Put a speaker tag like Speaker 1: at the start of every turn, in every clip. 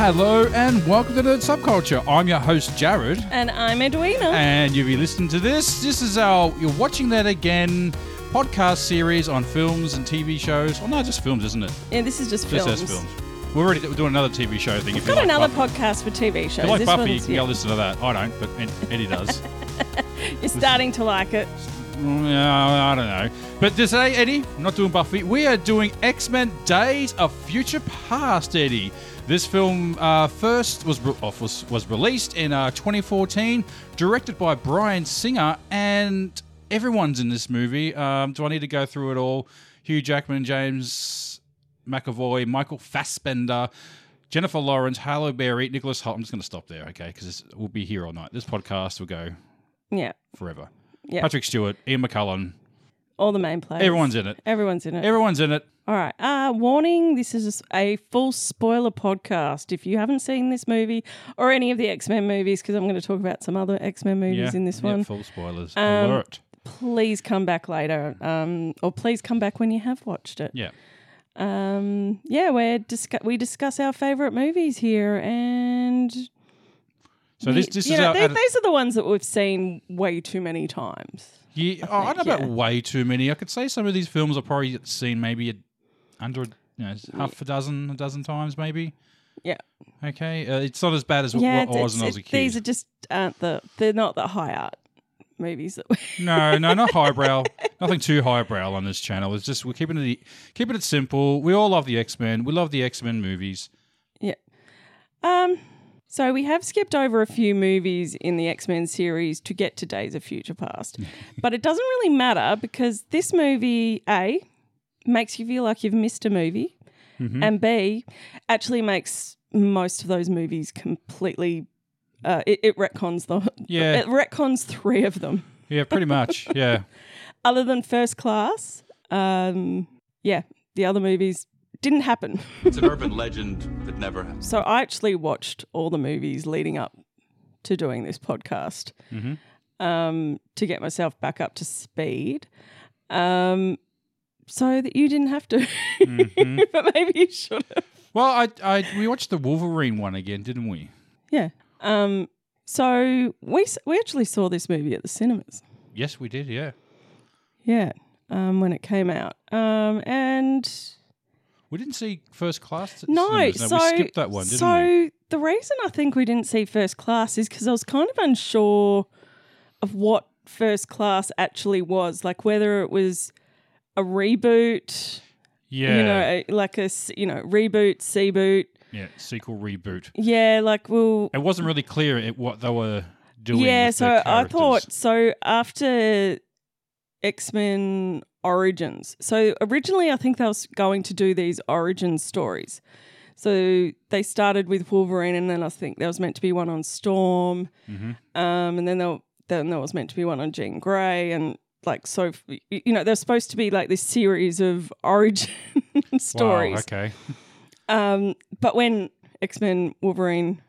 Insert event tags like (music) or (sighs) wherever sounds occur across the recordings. Speaker 1: Hello and welcome to Nerd Subculture. I'm your host, Jared,
Speaker 2: And I'm Edwina.
Speaker 1: and you'll be listening to this. This is our You're Watching That Again podcast series on films and TV shows. Well, no, just films, isn't it?
Speaker 2: Yeah, this is just
Speaker 1: Just
Speaker 2: films.
Speaker 1: us films. We're already we're doing another TV show thing. if
Speaker 2: I've
Speaker 1: you
Speaker 2: got
Speaker 1: like
Speaker 2: another
Speaker 1: Buffy.
Speaker 2: podcast for TV shows.
Speaker 1: If you like
Speaker 2: this
Speaker 1: Buffy, you
Speaker 2: one's,
Speaker 1: can
Speaker 2: yeah,
Speaker 1: go listen to that. I don't, but Ed- Eddie
Speaker 2: (laughs)
Speaker 1: does.
Speaker 2: you're starting to like it.
Speaker 1: Mm, yeah, I don't know. But today, Eddie, I'm not doing Buffy. We are doing X Men Days of Future Past, Eddie. This film uh, first was, re- off- was was released in uh, 2014, directed by Brian Singer, and everyone's in this movie. Um, do I need to go through it all? Hugh Jackman, James McAvoy, Michael Fassbender, Jennifer Lawrence, Harlow Berry, Nicholas Holt. I'm just going to stop there, okay? Because we'll be here all night. This podcast will go
Speaker 2: Yeah,
Speaker 1: forever.
Speaker 2: yeah.
Speaker 1: Patrick Stewart, Ian McCullen.
Speaker 2: All the main players.
Speaker 1: Everyone's in it.
Speaker 2: Everyone's in it.
Speaker 1: Everyone's in it.
Speaker 2: All right. Uh, warning: This is a full spoiler podcast. If you haven't seen this movie or any of the X Men movies, because I'm going to talk about some other X Men movies in this
Speaker 1: Yeah,
Speaker 2: one,
Speaker 1: full spoilers.
Speaker 2: Um,
Speaker 1: Alert.
Speaker 2: please come back later, um, or please come back when you have watched it.
Speaker 1: Yeah.
Speaker 2: Um, yeah, we're discu- we discuss our favorite movies here, and
Speaker 1: So this this
Speaker 2: you
Speaker 1: is
Speaker 2: know,
Speaker 1: our.
Speaker 2: they- these are the ones that we've seen way too many times.
Speaker 1: yeah, oh, I don't know
Speaker 2: yeah.
Speaker 1: about way too many. I could say some of these films I've probably seen maybe a, under a, you know, half a dozen, a dozen times maybe.
Speaker 2: Yeah.
Speaker 1: Okay, uh, it's not as bad as
Speaker 2: yeah,
Speaker 1: what it was when I was a kid.
Speaker 2: these are just aren't the they're not the high art movies that we (laughs)
Speaker 1: No, no, not highbrow. Nothing too highbrow on this channel. It's just we're keeping it e, keeping it simple. We all love the X Men. We love the X Men movies.
Speaker 2: Um, so we have skipped over a few movies in the X Men series to get to Days of
Speaker 1: (laughs)
Speaker 2: Future Past, but it doesn't really matter because this movie A makes you feel like you've missed a movie,
Speaker 1: Mm-hmm.
Speaker 2: and B actually makes most of those movies completely. Uh, it, it retcons the
Speaker 1: Yeah.
Speaker 2: It retcons three of them,
Speaker 1: Yeah, pretty much. Yeah.
Speaker 2: other than First Class. Um, yeah, the other movies didn't happen. (laughs)
Speaker 3: It's an urban legend that never happened.
Speaker 2: So I actually watched all the movies leading up to doing this podcast um, to get myself back up to speed. Um, so that you didn't have to, (laughs) but maybe you should have.
Speaker 1: Well, I, I we watched the Wolverine one again, didn't we?
Speaker 2: Yeah. Um, so we s- we actually saw this movie at the cinemas.
Speaker 1: Yes, we did. Yeah.
Speaker 2: Yeah. Um, when it came out. Um, and
Speaker 1: We didn't see first class. at
Speaker 2: no,
Speaker 1: cinemas.
Speaker 2: so
Speaker 1: we skipped that one, didn't
Speaker 2: so
Speaker 1: we?
Speaker 2: the reason I think we didn't see first class is because I was kind of unsure of what first class actually was, like whether it was a reboot,
Speaker 1: Yeah,
Speaker 2: you know, a- like a s- you know reboot, C boot,
Speaker 1: yeah, sequel reboot.
Speaker 2: yeah, like well,
Speaker 1: It wasn't really clear at what they were doing.
Speaker 2: yeah.
Speaker 1: with their
Speaker 2: So I thought
Speaker 1: characters.
Speaker 2: so after X Men Origins. So originally, I think they was going to do these origin stories. So they started with Wolverine, and then I think there was meant to be one on Storm,
Speaker 1: Mm-hmm.
Speaker 2: um, and then there, then there was meant to be one on Jean Grey, and like so, f- y- you know, there's supposed to be like this series of (laughs) origin stories.
Speaker 1: Wow, okay.
Speaker 2: Um, but when X Men Wolverine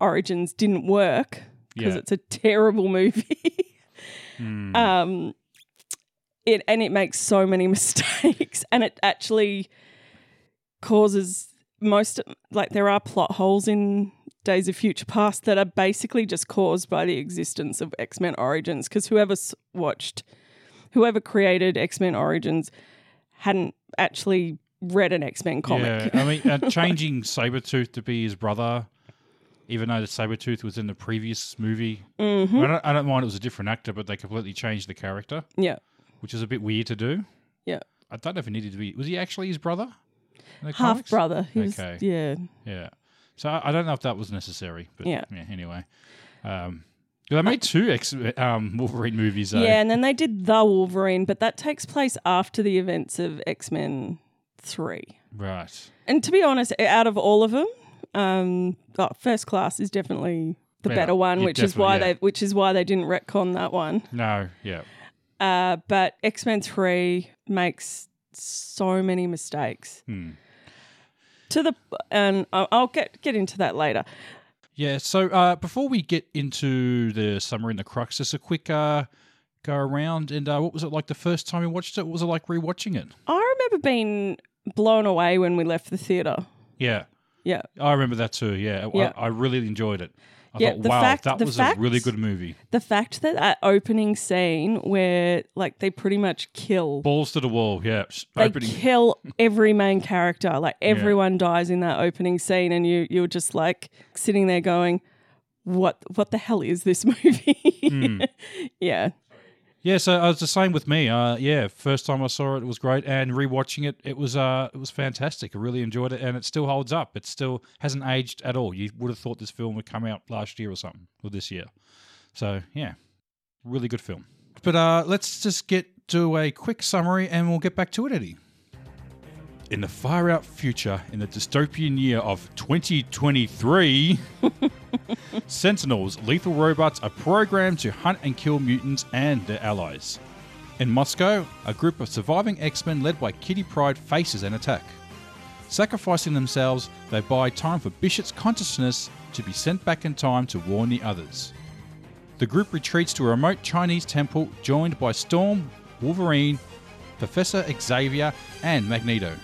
Speaker 2: Origins didn't work because
Speaker 1: Yeah.
Speaker 2: it's a terrible movie, (laughs)
Speaker 1: Hmm.
Speaker 2: um, it and it makes so many (laughs) mistakes, and it actually causes most like there are plot holes in Days of Future Past that are basically just caused by the existence of X Men Origins because whoever s- watched, whoever created X Men Origins, hadn't actually read an X Men comic.
Speaker 1: Yeah, I mean,
Speaker 2: (laughs)
Speaker 1: uh, changing Sabretooth to be his brother, even though the Sabretooth was in the previous movie. Mm-hmm. I, don't, I don't mind it was a different actor, but they completely changed the character,
Speaker 2: Yeah.
Speaker 1: which is a bit weird to do.
Speaker 2: Yeah.
Speaker 1: I don't know if it needed to be. Was he actually his brother? in the
Speaker 2: Half
Speaker 1: comics?
Speaker 2: brother. He was-
Speaker 1: Okay.
Speaker 2: yeah.
Speaker 1: Yeah. So I I don't know if that was necessary, but yeah.
Speaker 2: Yeah.
Speaker 1: anyway, um, 'cause they made two ex um, Wolverine movies. Though.
Speaker 2: Yeah. And then they did The Wolverine, but that takes place after the events of X Men 3.
Speaker 1: Right.
Speaker 2: And to be honest, out of all of them, um, oh, First Class is definitely. The
Speaker 1: Better.
Speaker 2: better, one,
Speaker 1: Yeah,
Speaker 2: which is why
Speaker 1: definitely, yeah.
Speaker 2: they which is why they didn't retcon that one.
Speaker 1: No. Yeah.
Speaker 2: Uh, but X Men Three makes so many mistakes.
Speaker 1: Hmm.
Speaker 2: To the and I'll I'll get get into that later.
Speaker 1: Yeah. So uh, before we get into the summary and the crux, just a quick uh, go around. And uh, what was it like the first time you watched it? What was it like rewatching it?
Speaker 2: I remember being blown away when we left the theater.
Speaker 1: Yeah.
Speaker 2: Yeah.
Speaker 1: I remember that too. Yeah,
Speaker 2: Yeah.
Speaker 1: I, I really enjoyed it. I
Speaker 2: Yeah,
Speaker 1: thought,
Speaker 2: the
Speaker 1: wow,
Speaker 2: fact-
Speaker 1: that
Speaker 2: the
Speaker 1: was
Speaker 2: fact-
Speaker 1: a really good movie.
Speaker 2: The fact that that opening scene where like they pretty much kill
Speaker 1: Balls to the wall. Yeah, sh-
Speaker 2: they
Speaker 1: opening.
Speaker 2: kill every main character. Like everyone dies in that opening scene, and you you're just like sitting there going, "What what the hell is this (laughs) movie?" (laughs) yeah,
Speaker 1: Yeah, so uh, it's the same with me. Uh, yeah, first time I saw it, it was great, and rewatching it, it was uh, it was fantastic. I really enjoyed it, and it still holds up. It still hasn't aged at all. You would have thought this film would come out last year or something, or this year. So yeah, really good film. But uh, let's just get to a quick summary, and we'll get back to it, Eddie. In the far out future, in the dystopian year of 2023. Sentinels, lethal robots, are programmed to hunt and kill mutants and their allies. In Moscow, a group of surviving X Men led by Kitty Pride faces an attack. Sacrificing themselves, they buy time for Bishop's consciousness to be sent back in time to warn the others. The group retreats to a remote Chinese temple joined by Storm, Wolverine, Professor Xavier, and Magneto.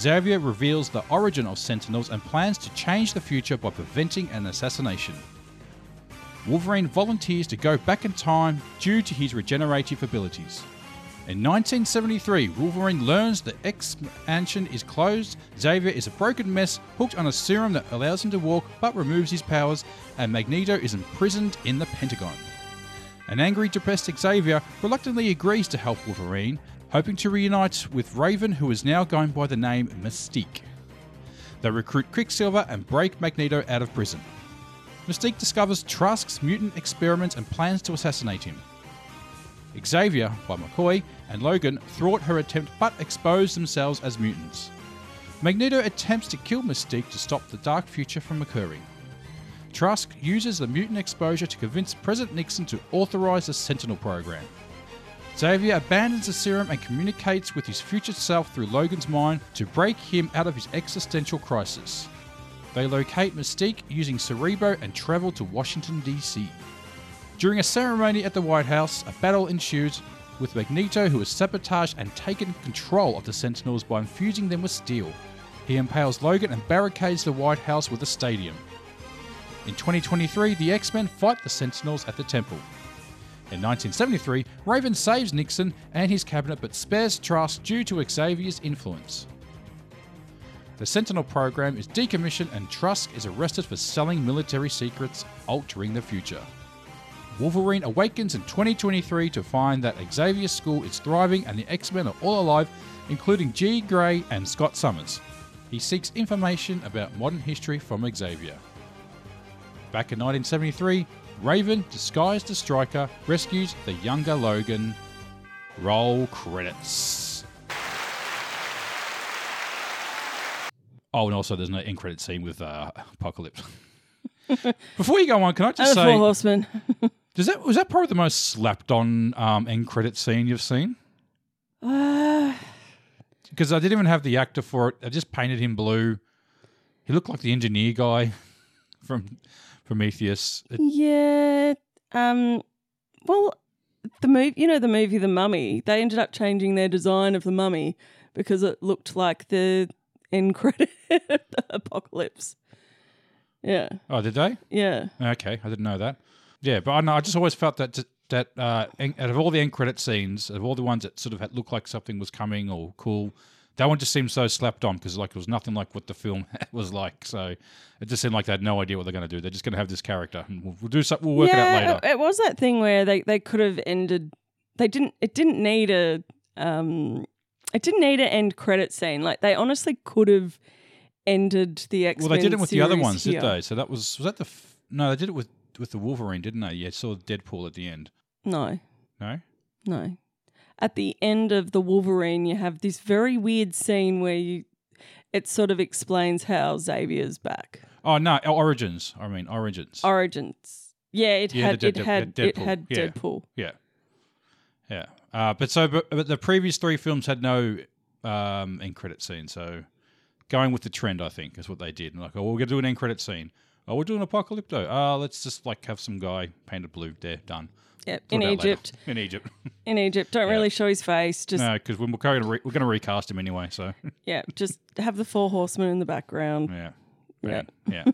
Speaker 1: Xavier reveals the origin of Sentinels and plans to change the future by preventing an assassination. Wolverine volunteers to go back in time due to his regenerative abilities. In 1973, Wolverine learns the expansion is closed. Xavier is a broken mess, hooked on a serum that allows him to walk but removes his powers, and Magneto is imprisoned in the Pentagon. An angry, depressed Xavier reluctantly agrees to help Wolverine, hoping to reunite with Raven, who is now going by the name Mystique. They recruit Quicksilver and break Magneto out of prison. Mystique discovers Trask's mutant experiments and plans to assassinate him. Xavier, by McCoy, and Logan thwart her attempt but expose themselves as mutants. Magneto attempts to kill Mystique to stop the dark future from occurring. Trask uses the mutant exposure to convince President Nixon to authorize the Sentinel program. Xavier abandons the serum and communicates with his future self through Logan's mind to break him out of his existential crisis. They locate Mystique using Cerebro and travel to Washington, D.C. During a ceremony at the White House, a battle ensues with Magneto, who has sabotaged and taken control of the Sentinels by infusing them with steel. He impales Logan and barricades the White House with a stadium. In 2023, the X Men fight the Sentinels at the Temple. In 1973, Raven saves Nixon and his cabinet but spares Trask due to Xavier's influence. The Sentinel program is decommissioned and Trask is arrested for selling military secrets, altering the future. Wolverine awakens in 2023 to find that Xavier's school is thriving and the X Men are all alive, including G. Gray and Scott Summers. He seeks information about modern history from Xavier. Back in 1973, Raven, disguised as Striker, rescues the younger Logan. Roll credits. Oh, and also there's no end credit scene with uh, Apocalypse. (laughs) Before you go on, can I
Speaker 2: and
Speaker 1: just
Speaker 2: the Four
Speaker 1: say,
Speaker 2: (sighs) Horsemen.
Speaker 1: does that was that probably the most slapped-on um, end credit scene you've seen?
Speaker 2: Uh,
Speaker 1: Because I didn't even have the actor for it. I just painted him blue. He looked like the engineer guy (laughs) from Prometheus. It-
Speaker 2: yeah. Um. Well, the movie. You know the movie The Mummy. They ended up changing their design of the Mummy because it looked like the end credit (laughs) of the apocalypse. Yeah.
Speaker 1: oh, did they?
Speaker 2: Yeah.
Speaker 1: Okay, I didn't know that. Yeah, but I know I just always felt that that uh, en- out of all the end credit scenes, out of all the ones that sort of had, looked like something was coming or cool, that one just seemed so slapped on because like it was nothing like what the film (laughs) was like. So it just seemed like they had no idea what they're going to do. They're just going to have this character and we'll, we'll do something. We'll work
Speaker 2: yeah,
Speaker 1: it out later.
Speaker 2: It, it was that thing where they, they could have ended. They didn't. It didn't need a. Um, it didn't need an end credit scene. Like they honestly could have ended the X.
Speaker 1: well, they did it with the other ones, did they? So that was was that the f- no? They did it with with the Wolverine, didn't they? Yeah, saw Deadpool at the end.
Speaker 2: No,
Speaker 1: No.
Speaker 2: no. At the end of the Wolverine, you have this very weird scene where you. It sort of explains how Xavier's back.
Speaker 1: Oh no, Origins. I mean Origins.
Speaker 2: Origins. Yeah, it
Speaker 1: Yeah,
Speaker 2: had
Speaker 1: the
Speaker 2: it
Speaker 1: Deadpool-
Speaker 2: had
Speaker 1: the
Speaker 2: it
Speaker 1: Deadpool,
Speaker 2: had
Speaker 1: yeah.
Speaker 2: Deadpool.
Speaker 1: Yeah, yeah. Uh, but so, but, but the previous three films had no um, end credit scene. So, going with the trend, I think, is what they did. And like, oh, we're gonna do an end credit scene. Oh, we're doing Apocalypto. Uh, let's just like have some guy painted blue. There, done.
Speaker 2: Yeah,
Speaker 1: Talk
Speaker 2: in
Speaker 1: about it later.
Speaker 2: Egypt.
Speaker 1: In Egypt. (laughs)
Speaker 2: In Egypt, don't really show his face. Just
Speaker 1: no, because we're going to re- we're going to recast him anyway. So
Speaker 2: Yeah, just have the four horsemen in the background.
Speaker 1: yeah, Bang. Yeah.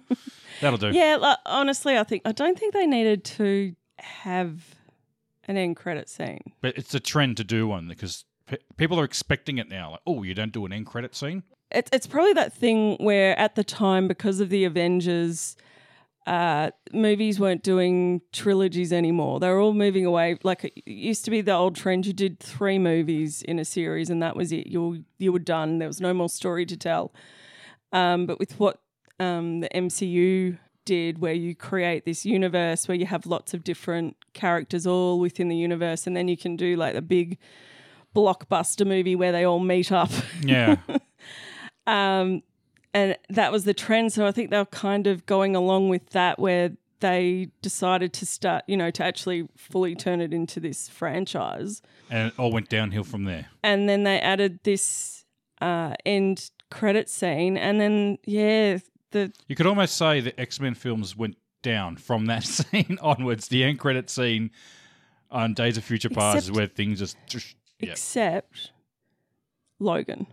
Speaker 1: That'll
Speaker 2: (laughs)
Speaker 1: do.
Speaker 2: Yeah, like, honestly, I think I don't think they needed to have an end credit scene.
Speaker 1: But it's a trend to do one because pe- people are expecting it now. Like, oh, you don't do an end credit scene?
Speaker 2: It's it's probably that thing where at the time because of the Avengers. Uh, movies weren't doing trilogies anymore. They were all moving away. Like it used to be the old trend, you did three movies in a series, and that was it. You were- you were done. There was no more story to tell. Um, but with what um, the MCU did, where you create this universe where you have lots of different characters all within the universe, and then you can do like a big blockbuster movie where they all meet up. (laughs)
Speaker 1: Yeah.
Speaker 2: Um, and that was the trend. So I think they were kind of going along with that, where they decided to start, you know, to actually fully turn it into this franchise.
Speaker 1: and it all went downhill from there.
Speaker 2: And then they added this uh, end credit scene. And then, yeah, the
Speaker 1: You could almost say the X Men films went down from that (laughs) scene onwards. The end credit scene on Days of Future Past is
Speaker 2: Except-
Speaker 1: where things just. just- yeah.
Speaker 2: except Logan,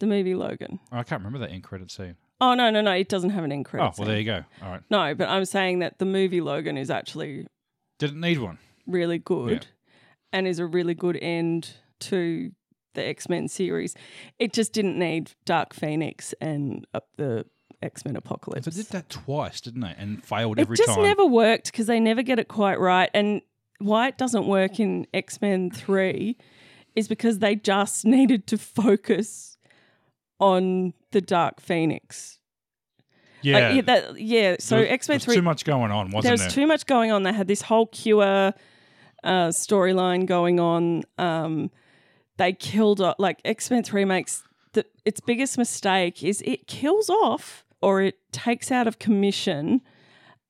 Speaker 2: the movie Logan.
Speaker 1: Oh, I can't remember that end credit scene.
Speaker 2: Oh, no, no, no, it doesn't have an end credit
Speaker 1: Oh, well,
Speaker 2: scene.
Speaker 1: there you go. All right.
Speaker 2: No, but I'm saying that the movie Logan is actually
Speaker 1: Didn't need one.
Speaker 2: really good and is a really good end to the X Men series. It just didn't need Dark Phoenix and uh, the X Men Apocalypse.
Speaker 1: They did that twice, didn't they? And failed
Speaker 2: it
Speaker 1: every
Speaker 2: just
Speaker 1: time.
Speaker 2: never worked because they never get it quite right. And why it doesn't work in X Men 3 is because they just (laughs) needed to focus on the Dark Phoenix. Like,
Speaker 1: yeah.
Speaker 2: yeah, that, yeah. So
Speaker 1: There was-
Speaker 2: X Men
Speaker 1: there was
Speaker 2: 3
Speaker 1: too much going on, wasn't
Speaker 2: there
Speaker 1: there?
Speaker 2: was too much going on. They had this whole cure uh, storyline going on. Um, they killed off, like X Men Three makes the, its biggest mistake is it kills off or it takes out of commission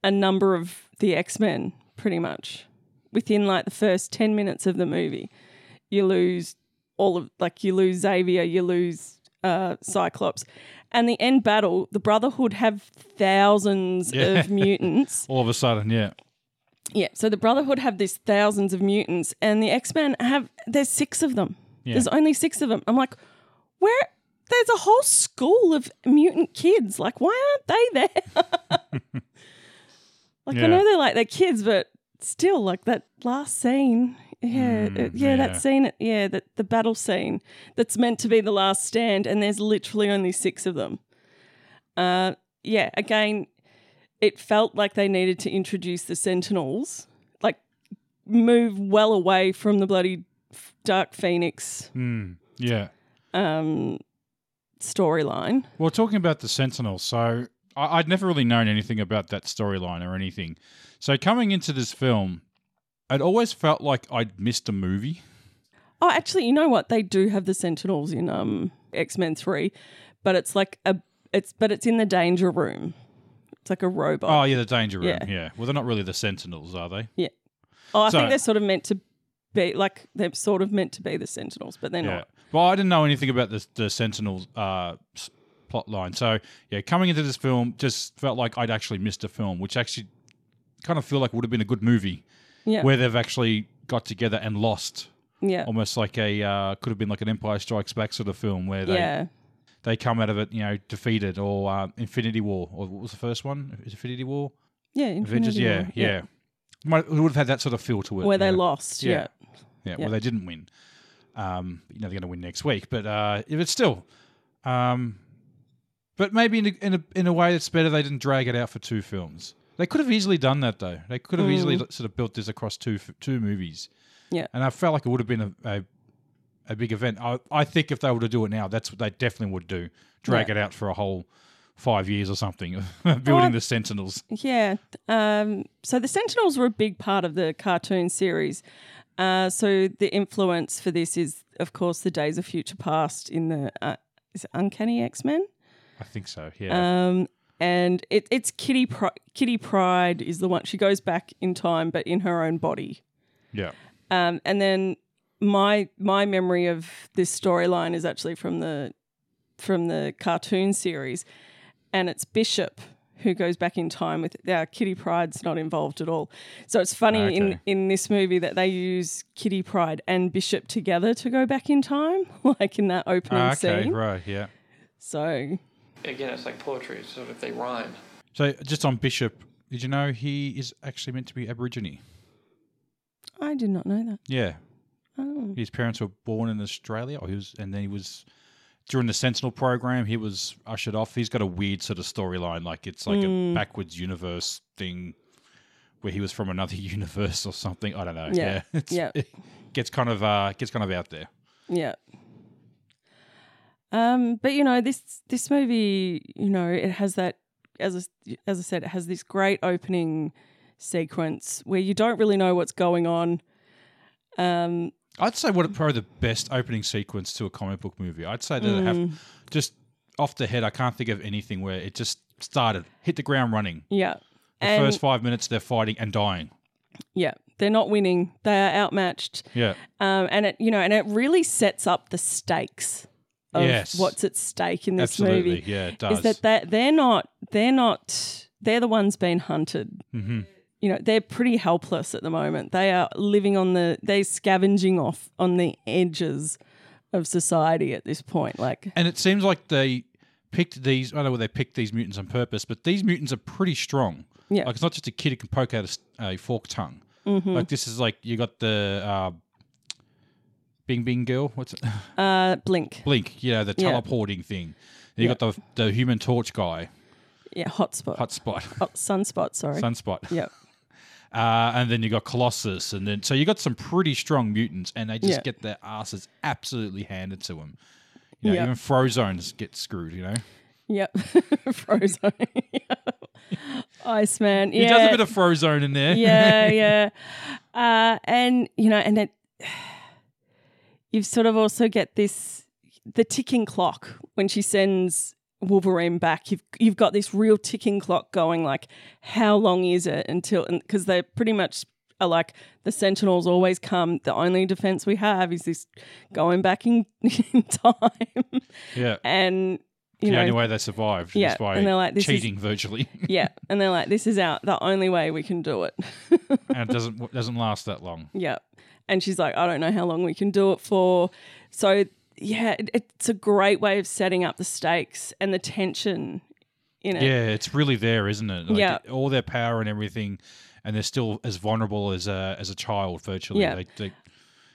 Speaker 2: a number of the X Men pretty much within like the first ten minutes of the movie. You lose all of like you lose Xavier, you lose uh, Cyclops, and the end battle. The Brotherhood have thousands
Speaker 1: Yeah.
Speaker 2: of mutants,
Speaker 1: All of a sudden, yeah.
Speaker 2: yeah, so the Brotherhood have these thousands of mutants, and the X Men have there's six of them.
Speaker 1: Yeah.
Speaker 2: There's only six of them. I'm like, where? There's a whole school of mutant kids. Like, why aren't they there? (laughs) like,
Speaker 1: Yeah.
Speaker 2: I know they're like they're kids, but still, like that last scene. Yeah,
Speaker 1: Mm,
Speaker 2: it- yeah,
Speaker 1: yeah.
Speaker 2: that scene. Yeah, that the battle scene that's meant to be the last stand, and there's literally only six of them. Uh, yeah, again, it felt like they needed to introduce the Sentinels, like move well away from the bloody f- Dark Phoenix
Speaker 1: Hmm. yeah.
Speaker 2: um, storyline.
Speaker 1: Well, talking about the Sentinel, so I, I'd never really known anything about that storyline or anything. So coming into this film, it always felt like I'd missed a movie.
Speaker 2: Oh, actually, you know what? They do have the Sentinels in um, X Men Three, but it's like a it's but it's in the danger room. It's like a
Speaker 1: Oh,
Speaker 2: robot.
Speaker 1: yeah, the Danger Room. Yeah.
Speaker 2: Yeah.
Speaker 1: Well, they're not really the Sentinels, are they?
Speaker 2: Oh, I
Speaker 1: so-
Speaker 2: think they're sort of meant to be like they're sort of meant to be the Sentinels, but they're
Speaker 1: Yeah.
Speaker 2: not.
Speaker 1: Well, I didn't know anything about the the Sentinels uh, s- plot line. So yeah, coming into this film just felt like I'd actually missed a film, which actually kind of feel like would have been a good movie
Speaker 2: Yeah,
Speaker 1: where they've actually got together and lost.
Speaker 2: yeah,
Speaker 1: Almost like a uh, could have been like an Empire Strikes Back sort of film where they
Speaker 2: yeah.
Speaker 1: they come out of it, you know, defeated or uh, Infinity War or what was the first one? Infinity War,
Speaker 2: Yeah,
Speaker 1: Avengers.
Speaker 2: Infinity
Speaker 1: Yeah,
Speaker 2: War.
Speaker 1: yeah. Might, it would have had that sort of feel to it.
Speaker 2: Where they
Speaker 1: yeah.
Speaker 2: lost.
Speaker 1: Yeah.
Speaker 2: yeah.
Speaker 1: Yeah, well, they didn't win. Um, you know, they're going to win next week, but uh, if it's still, um, but maybe in a, in a in a way that's better. They didn't drag it out for two films. They could have easily done that though. They could have easily sort of built this across two f- two movies.
Speaker 2: Mm. Yeah.
Speaker 1: and I felt like it would have been a a, a big event. I I think if they were to do it now, that's what they definitely would do. Drag
Speaker 2: Yeah. Uh,
Speaker 1: it out for a whole five years or something, (laughs) of building the Sentinels.
Speaker 2: Yeah. Um, so the Sentinels were a big part of the cartoon series. Uh, so the influence for this is, of course, the Days of Future Past in the uh, is it Uncanny X Men.
Speaker 1: I think so. Yeah,
Speaker 2: Um, and it, it's Kitty Pri- Kitty Pride is the one. She goes back in time, but in her own body.
Speaker 1: yeah.
Speaker 2: Um, and then my my memory of this storyline is actually from the from the cartoon series, and it's Bishop who goes back in time with uh, Kitty Pride's not involved at all. So it's funny
Speaker 1: Ah, Okay.
Speaker 2: in in this movie that they use Kitty Pride and Bishop (laughs) together to go back in time, like in that opening
Speaker 1: Ah, okay,
Speaker 2: scene.
Speaker 1: right. Yeah.
Speaker 2: So
Speaker 4: again, it's like poetry, so if they rhyme.
Speaker 1: So just on Bishop, did you know he is actually meant to be Aborigine?
Speaker 2: I did not know that.
Speaker 1: Yeah.
Speaker 2: Oh.
Speaker 1: His parents were born in Australia, or he was, and then he was during the Sentinel program. He was ushered off. He's got a weird sort of storyline, like it's like
Speaker 2: Hmm.
Speaker 1: a backwards universe thing, where he was from another (laughs) universe or something. I don't know.
Speaker 2: Yeah.
Speaker 1: (laughs) it's,
Speaker 2: Yeah.
Speaker 1: It gets kind of uh, gets kind of out there.
Speaker 2: Yeah. Um, but you know this this movie, you know, it has that as I, as I said, it has this great opening sequence where you don't really know what's going on. Um,
Speaker 1: I'd say what probably the best opening sequence to a comic book movie. I'd say that it
Speaker 2: Hmm.
Speaker 1: have just off the head. I can't think of anything where it just started, hit the ground running.
Speaker 2: yeah,
Speaker 1: The
Speaker 2: and
Speaker 1: first five minutes, they're fighting and dying.
Speaker 2: yeah, they're not winning; they are outmatched.
Speaker 1: Yeah,
Speaker 2: Um, and it you know, and it really sets up the stakes of
Speaker 1: Yes.
Speaker 2: what's at stake in this
Speaker 1: absolutely.
Speaker 2: movie.
Speaker 1: Yeah, it does.
Speaker 2: Is that that they're not they're not they're the ones being hunted.
Speaker 1: mm-hmm.
Speaker 2: you know they're pretty helpless at the moment they are living on the they're scavenging off on the edges of society at this point like
Speaker 1: And it seems like they picked these. I don't know whether they picked these mutants on purpose, but these mutants are pretty strong.
Speaker 2: Yeah. Mm-hmm.
Speaker 1: like it's not just a kid who can poke out a s- a, fork tongue. Like this is like you got the uh, Bing Bing girl. What's it? (laughs)
Speaker 2: uh blink
Speaker 1: Blink? You know the
Speaker 2: Yeah.
Speaker 1: teleporting thing. You got the the Human Torch guy,
Speaker 2: yeah hotspot
Speaker 1: (laughs) Hotspot,
Speaker 2: oh, sunspot sorry
Speaker 1: Sunspot.
Speaker 2: yep
Speaker 1: Uh, and then you got Colossus, and then so you got some pretty strong mutants, and they just
Speaker 2: Yeah.
Speaker 1: get their asses absolutely handed to them. You know,
Speaker 2: Yeah.
Speaker 1: even Frozone's get screwed. You know,
Speaker 2: yep (laughs) frozen (laughs) iceman yeah
Speaker 1: he does a bit of Frozone in there. (laughs)
Speaker 2: yeah yeah uh and you know and it (sighs) you've sort of also get this the ticking clock when she sends Wolverine back. You've you've got this real ticking clock going. Like, how long is it until? Because they pretty much are like the Sentinels always come. The only defense we have is this going back in, (laughs) in time,
Speaker 1: yeah.
Speaker 2: and you
Speaker 1: the
Speaker 2: know,
Speaker 1: only way they survived
Speaker 2: Yeah,
Speaker 1: is by
Speaker 2: and they're like, this is-
Speaker 1: cheating virtually, (laughs)
Speaker 2: yeah. And they're like, this is out. The only way we can do it.
Speaker 1: and it doesn't doesn't last that long.
Speaker 2: Yeah. And she's like, I don't know how long we can do it for. So, yeah, it, it's a great way of setting up the stakes and the tension in it.
Speaker 1: Yeah, it's really there, isn't it? Like,
Speaker 2: Yeah.
Speaker 1: all their power and everything, and they're still as vulnerable as a as a child virtually.
Speaker 2: Yeah.
Speaker 1: They, they,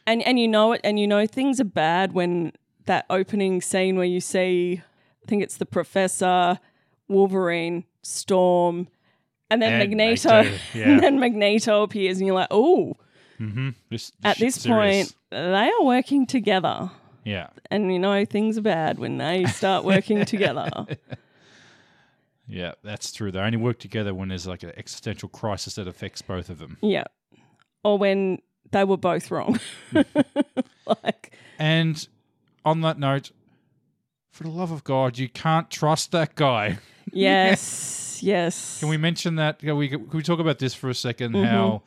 Speaker 2: And, and you know it. And you know things are bad when that opening scene where you see, I think it's the professor, Wolverine, Storm, and then
Speaker 1: And
Speaker 2: Magneto. (laughs)
Speaker 1: Magneto, yeah.
Speaker 2: And then Magneto appears, and you're like, oh,
Speaker 1: mm-hmm, this, this
Speaker 2: at
Speaker 1: shit's
Speaker 2: this
Speaker 1: serious.
Speaker 2: point, they are working together.
Speaker 1: yeah,
Speaker 2: And you know things are bad when they start working
Speaker 1: (laughs)
Speaker 2: together.
Speaker 1: yeah, that's true. They only work together when there's like an existential crisis that affects both of them.
Speaker 2: Yeah. Or when they were both wrong. (laughs) like,
Speaker 1: And on that note, for the love of God, you can't trust that guy. (laughs)
Speaker 2: yes, yes.
Speaker 1: Can we mention that? Can we, can we talk about this for a 2nd
Speaker 2: Mm-hmm.
Speaker 1: How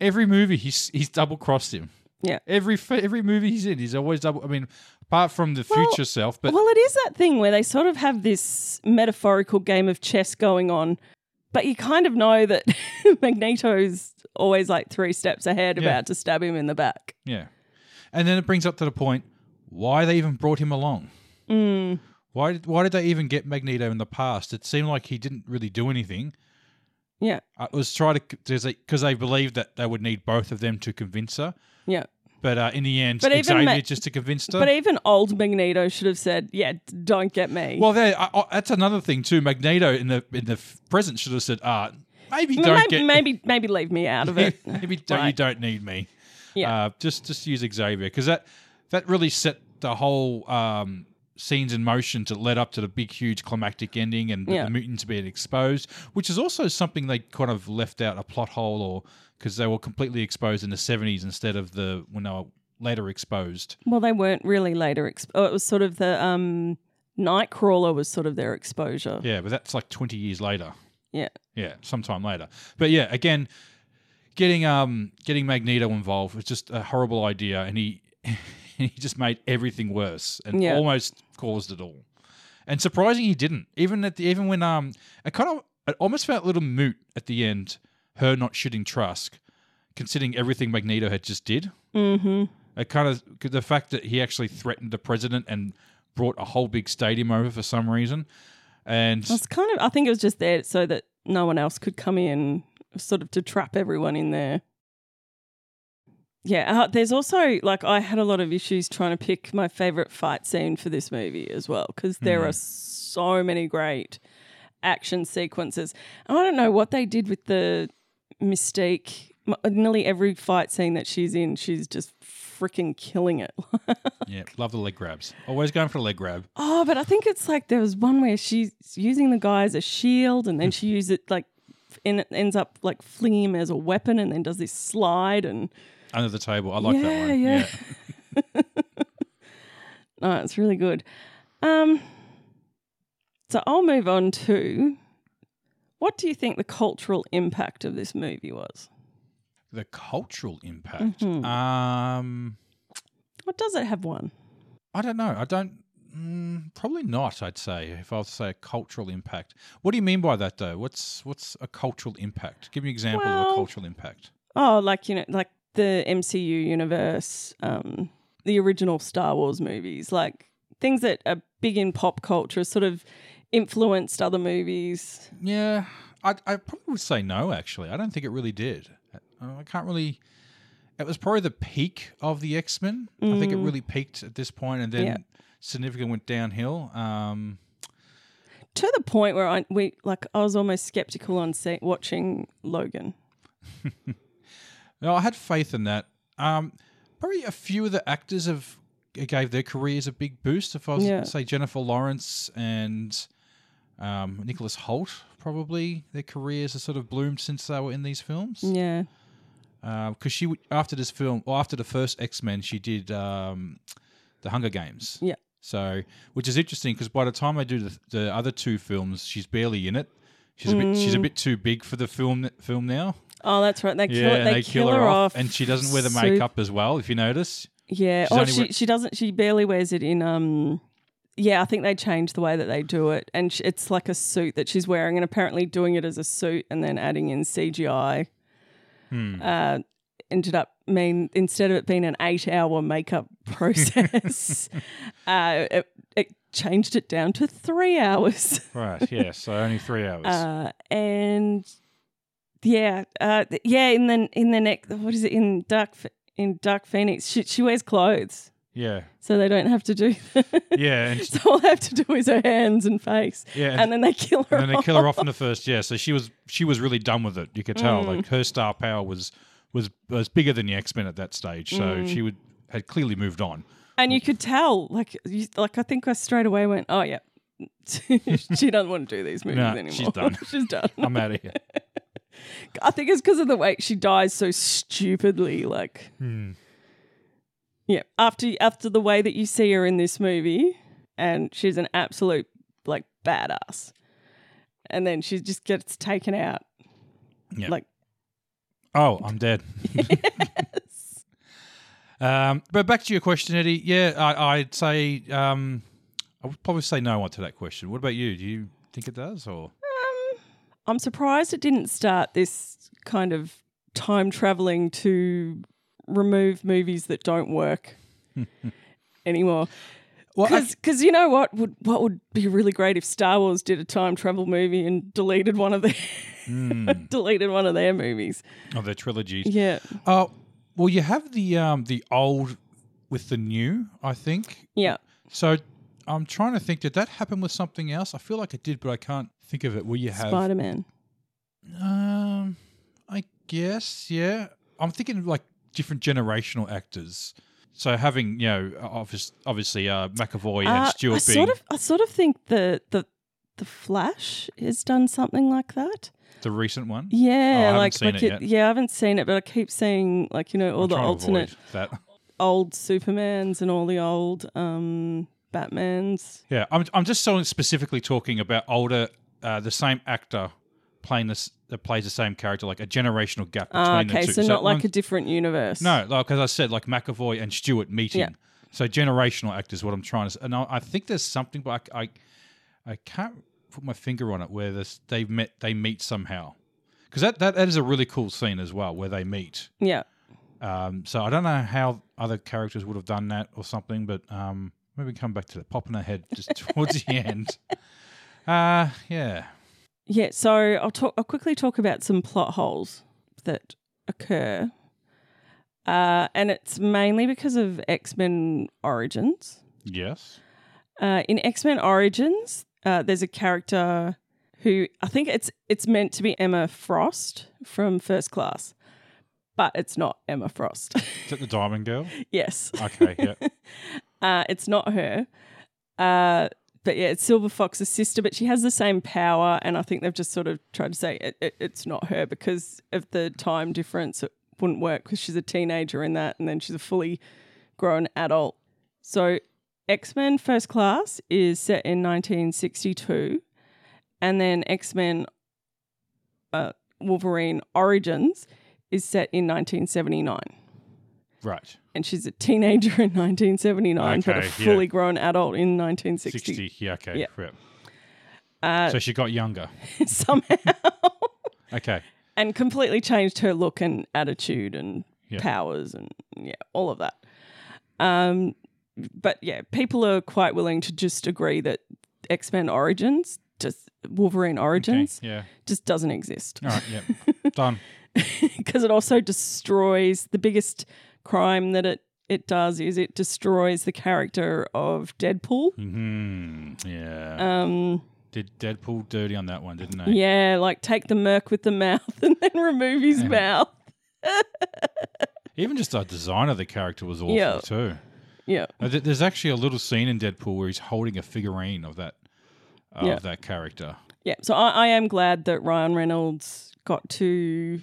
Speaker 1: every movie he's he's double crossed him.
Speaker 2: Yeah.
Speaker 1: Every f- every movie he's in, he's always double. I mean, apart from the
Speaker 2: Well-
Speaker 1: future self, but
Speaker 2: well, it is that thing where they sort of have this metaphorical game of chess going on, but you kind of know that (laughs) Magneto's always like three steps ahead,
Speaker 1: Yeah.
Speaker 2: about to stab him in the back.
Speaker 1: yeah. And then it brings up to the point: why they even brought him along?
Speaker 2: Mm.
Speaker 1: Why did why did they even get Magneto in the past? It seemed like he didn't really do anything.
Speaker 2: Yeah,
Speaker 1: Uh, It was try to because they believed that they would need both of them to convince her.
Speaker 2: yeah.
Speaker 1: But uh, in the end,
Speaker 2: But even
Speaker 1: Xavier
Speaker 2: Ma-
Speaker 1: just to convince her.
Speaker 2: But e-, even old Magneto should have said, "Yeah, d- don't get me."
Speaker 1: Well, there, I, I, that's another thing too. Magneto in the in the f- present should have said, "Ah, maybe
Speaker 2: M-
Speaker 1: don't
Speaker 2: maybe,
Speaker 1: get
Speaker 2: maybe, maybe leave me out of (laughs)
Speaker 1: (laughs)
Speaker 2: it.
Speaker 1: maybe don't, you
Speaker 2: Right.
Speaker 1: don't need me."
Speaker 2: Yeah.
Speaker 1: Uh, just just use Xavier because that that really set the whole um, scenes in motion to lead up to the big, huge climactic ending and
Speaker 2: Yeah.
Speaker 1: the mutants being exposed, which is also something they kind of left out a plot hole or because they were completely exposed in the seventies instead of the when they were later exposed.
Speaker 2: Well, they weren't really later. Exp- oh, it was sort of the um, Nightcrawler was sort of their exposure.
Speaker 1: Yeah, but that's like twenty years later.
Speaker 2: Yeah.
Speaker 1: Yeah, sometime later. But yeah, again, getting um getting Magneto involved was just a horrible idea, and he (laughs) he just made everything worse and
Speaker 2: Yeah.
Speaker 1: almost caused it all. And surprising, he didn't. Even at the even when um it kind of it almost felt a little moot at the end, her not shooting Trask, considering everything Magneto had just did.
Speaker 2: Mm-hmm.
Speaker 1: It kind of the fact that he actually threatened the president and brought a whole big stadium over for some reason. and
Speaker 2: (laughs) It's kind of. I think it was just there so that no one else could come in, sort of to trap everyone in there. Yeah, uh, there's also like I had a lot of issues trying to pick my favorite fight scene for this movie as well because there are so many great action sequences. And I don't know what they did with the Mystique. M- Nearly every fight scene that she's in, she's just freaking killing it.
Speaker 1: yeah, love the leg grabs. Always going for a leg grab.
Speaker 2: Oh, but I think it's like there was one where she's using the guy as a shield, and then she uses it like, and it ends up like flinging him as a weapon, and then does this slide, and
Speaker 1: Under the table. I like that
Speaker 2: Yeah,
Speaker 1: one.
Speaker 2: yeah. no, uh, it's really good. Um, so I'll move on to what do you think the cultural impact of this movie was?
Speaker 1: The cultural impact.
Speaker 2: Mm-hmm.
Speaker 1: Um
Speaker 2: Or does it have one?
Speaker 1: I don't know. I don't mm, probably not, I'd say, if I was to say a cultural impact. What do you mean by that though? What's what's a cultural impact? Give me an example of a
Speaker 2: Well-
Speaker 1: cultural impact.
Speaker 2: Oh, like you know, like the MCU universe, um, the original Star Wars movies, like things that are big in pop culture, sort of influenced other movies.
Speaker 1: Yeah, I, I probably would say no. Actually, I don't think it really did. Uh, I can't really. It was probably the peak of the X Men. I think it really peaked at this point, and then
Speaker 2: Mm. Yeah.
Speaker 1: significantly went downhill. Um,
Speaker 2: To the point where I we like I was almost skeptical on se- watching Logan.
Speaker 1: no, I had faith in that. Um, probably a few of the actors have uh, gave their careers a big boost. If I was
Speaker 2: Yeah.
Speaker 1: to say Jennifer Lawrence and um, Nicholas Holt, probably their careers have sort of bloomed since they were in these films.
Speaker 2: Yeah,
Speaker 1: because she w- after this film or after the first X Men, she did um, the Hunger Games.
Speaker 2: Yeah.
Speaker 1: So, which is interesting because by the time I do the, the other two films, she's barely in it. She's a bit she's a
Speaker 2: Mm.
Speaker 1: bit too big for the film film now.
Speaker 2: oh, that's right. They kill it- they, kill, her, off,
Speaker 1: and she doesn't wear the
Speaker 2: so-
Speaker 1: makeup as well. If you notice,
Speaker 2: Yeah,
Speaker 1: She's
Speaker 2: oh,
Speaker 1: only
Speaker 2: she
Speaker 1: wear-
Speaker 2: she doesn't. She barely wears it in. Um, yeah, I think they changed the way that they do it, and sh it's like a suit that she's wearing, and apparently doing it as a suit and then adding in CGI.
Speaker 1: Hmm.
Speaker 2: Uh, ended up mean instead of it being an eight-hour makeup (laughs) process, (laughs) uh, it, it changed it down to three hours. (laughs)
Speaker 1: right? Yeah. So only three hours.
Speaker 2: Uh, and yeah, uh, th- yeah. In the in the neck, what is it in Dark Ph- in Dark Phoenix? She, she wears clothes,
Speaker 1: yeah.
Speaker 2: so they don't have to do. (laughs)
Speaker 1: Yeah. And
Speaker 2: so all they have to do is her hands and face.
Speaker 1: Yeah, and-
Speaker 2: and, then they kill her.
Speaker 1: and then they
Speaker 2: off.
Speaker 1: kill her off in the first yeah so she was she was really done with it you could
Speaker 2: Mm.
Speaker 1: tell like her star power was was was bigger than the x-men at that stage so
Speaker 2: Mm.
Speaker 1: she would had clearly moved on
Speaker 2: and you could tell, like, you, like I think I straight away went, "Oh yeah, (laughs) she doesn't want to do these movies
Speaker 1: Nah,
Speaker 2: anymore.
Speaker 1: she's done.
Speaker 2: (laughs) she's done."
Speaker 1: i'm out
Speaker 2: (laughs)
Speaker 1: of here
Speaker 2: I think it's because of the way she dies so stupidly. Like,
Speaker 1: Hmm.
Speaker 2: yeah, after after the way that you see her in this movie, and she's an absolute like badass, and then she just gets taken out.
Speaker 1: Yeah.
Speaker 2: Like,
Speaker 1: oh i'm dead (laughs) um but back to your question eddie yeah I, i'd say um i would probably say no to that question what about you do you think it does or
Speaker 2: I'm surprised it didn't start this kind of time traveling to remove movies that
Speaker 1: (laughs)
Speaker 2: don't work anymore.
Speaker 1: well
Speaker 2: Because you know what would what would be really great if Star Wars did a time travel movie and deleted one of their
Speaker 1: Hmm.
Speaker 2: (laughs) deleted one of their movies.
Speaker 1: of the trilogies
Speaker 2: Yeah,
Speaker 1: oh well you have the um the old with the new i think
Speaker 2: yeah.
Speaker 1: So I'm trying to think. Did that happen with something else? I feel like it did, but I can't think of it. Will you have?
Speaker 2: Spider Man.
Speaker 1: Um, I guess yeah. I'm thinking like different generational actors. So having you know, obvious, obviously uh, McAvoy and
Speaker 2: I
Speaker 1: Stewart being
Speaker 2: sort of I sort of think the the the Flash has done something like that.
Speaker 1: the recent one. Oh, I
Speaker 2: Yeah,
Speaker 1: haven't
Speaker 2: like
Speaker 1: seen
Speaker 2: like
Speaker 1: it yet.
Speaker 2: yeah, I haven't seen it, but I keep seeing like you know all
Speaker 1: I'm
Speaker 2: the
Speaker 1: trying to avoid
Speaker 2: alternate
Speaker 1: that.
Speaker 2: old Supermans and all the old um Batmans.
Speaker 1: Yeah, I'm I'm just so specifically talking about older, uh, the same actor playing this that plays the same character, like a generational gap between
Speaker 2: Ah,
Speaker 1: the
Speaker 2: okay,
Speaker 1: two.
Speaker 2: so not like
Speaker 1: one-
Speaker 2: a different universe.
Speaker 1: No, like as I said, like McAvoy and Stewart meeting.
Speaker 2: Yeah.
Speaker 1: So generational actors, what I'm trying to. s- And I, I think there's something, but I, I, I can't put my finger on it where this, they've met, they meet somehow, because that, that that is a really cool scene as well where they meet.
Speaker 2: Yeah.
Speaker 1: Um, so I don't know how other characters would have done (laughs) that or something, but um, maybe come back to that. Popping ahead just towards the end. Uh, yeah.
Speaker 2: Yeah, so I'll talk. I'll quickly talk about some plot holes that occur, uh, and it's mainly because of X Men Origins.
Speaker 1: Yes.
Speaker 2: Uh, in X Men Origins, uh, there's a character who I think it's it's meant to be Emma Frost from First Class, but it's not Emma Frost. (laughs)
Speaker 1: Is it the Diamond Girl?
Speaker 2: yes,
Speaker 1: Okay,
Speaker 2: (laughs)
Speaker 1: yeah.
Speaker 2: uh, it's not her. Uh, but yeah, it's Silver Fox's sister, but she has the same power. And I think they've just sort of tried to say it, it, it's not her because of the time difference. It wouldn't work because she's a teenager in that, and then she's a fully grown adult. So X Men First Class is set in 1962, and then X Men uh, Wolverine Origins is set in 1979
Speaker 1: Right.
Speaker 2: and she's a teenager in 1979, but a
Speaker 1: Okay, yeah.
Speaker 2: fully grown adult in
Speaker 1: 60.
Speaker 2: 1960
Speaker 1: Yeah, okay.
Speaker 2: Yeah.
Speaker 1: Rip.
Speaker 2: Uh,
Speaker 1: so she got younger.
Speaker 2: (laughs) somehow,
Speaker 1: Okay.
Speaker 2: and completely changed her look and attitude and
Speaker 1: Yeah.
Speaker 2: powers and yeah, all of that. Um, but yeah, people are quite willing to just agree that X Men Origins, just Wolverine
Speaker 1: okay.
Speaker 2: Origins,
Speaker 1: Yeah.
Speaker 2: just doesn't exist (laughs)
Speaker 1: All right, yep. Done.
Speaker 2: because it also destroys the biggest crime that it. It does is it destroys the character of Deadpool.
Speaker 1: hmm Yeah.
Speaker 2: Um,
Speaker 1: Did Deadpool dirty on that one, didn't they?
Speaker 2: Yeah, like take the merc with the mouth (laughs) and then remove his mouth.
Speaker 1: Even just the design of the character was awful,
Speaker 2: Yeah.
Speaker 1: too.
Speaker 2: Yeah.
Speaker 1: Uh, th- There's actually a little scene in Deadpool where he's holding a figurine of that of
Speaker 2: Yeah.
Speaker 1: that character.
Speaker 2: Yeah. So I, I am glad that Ryan Reynolds got to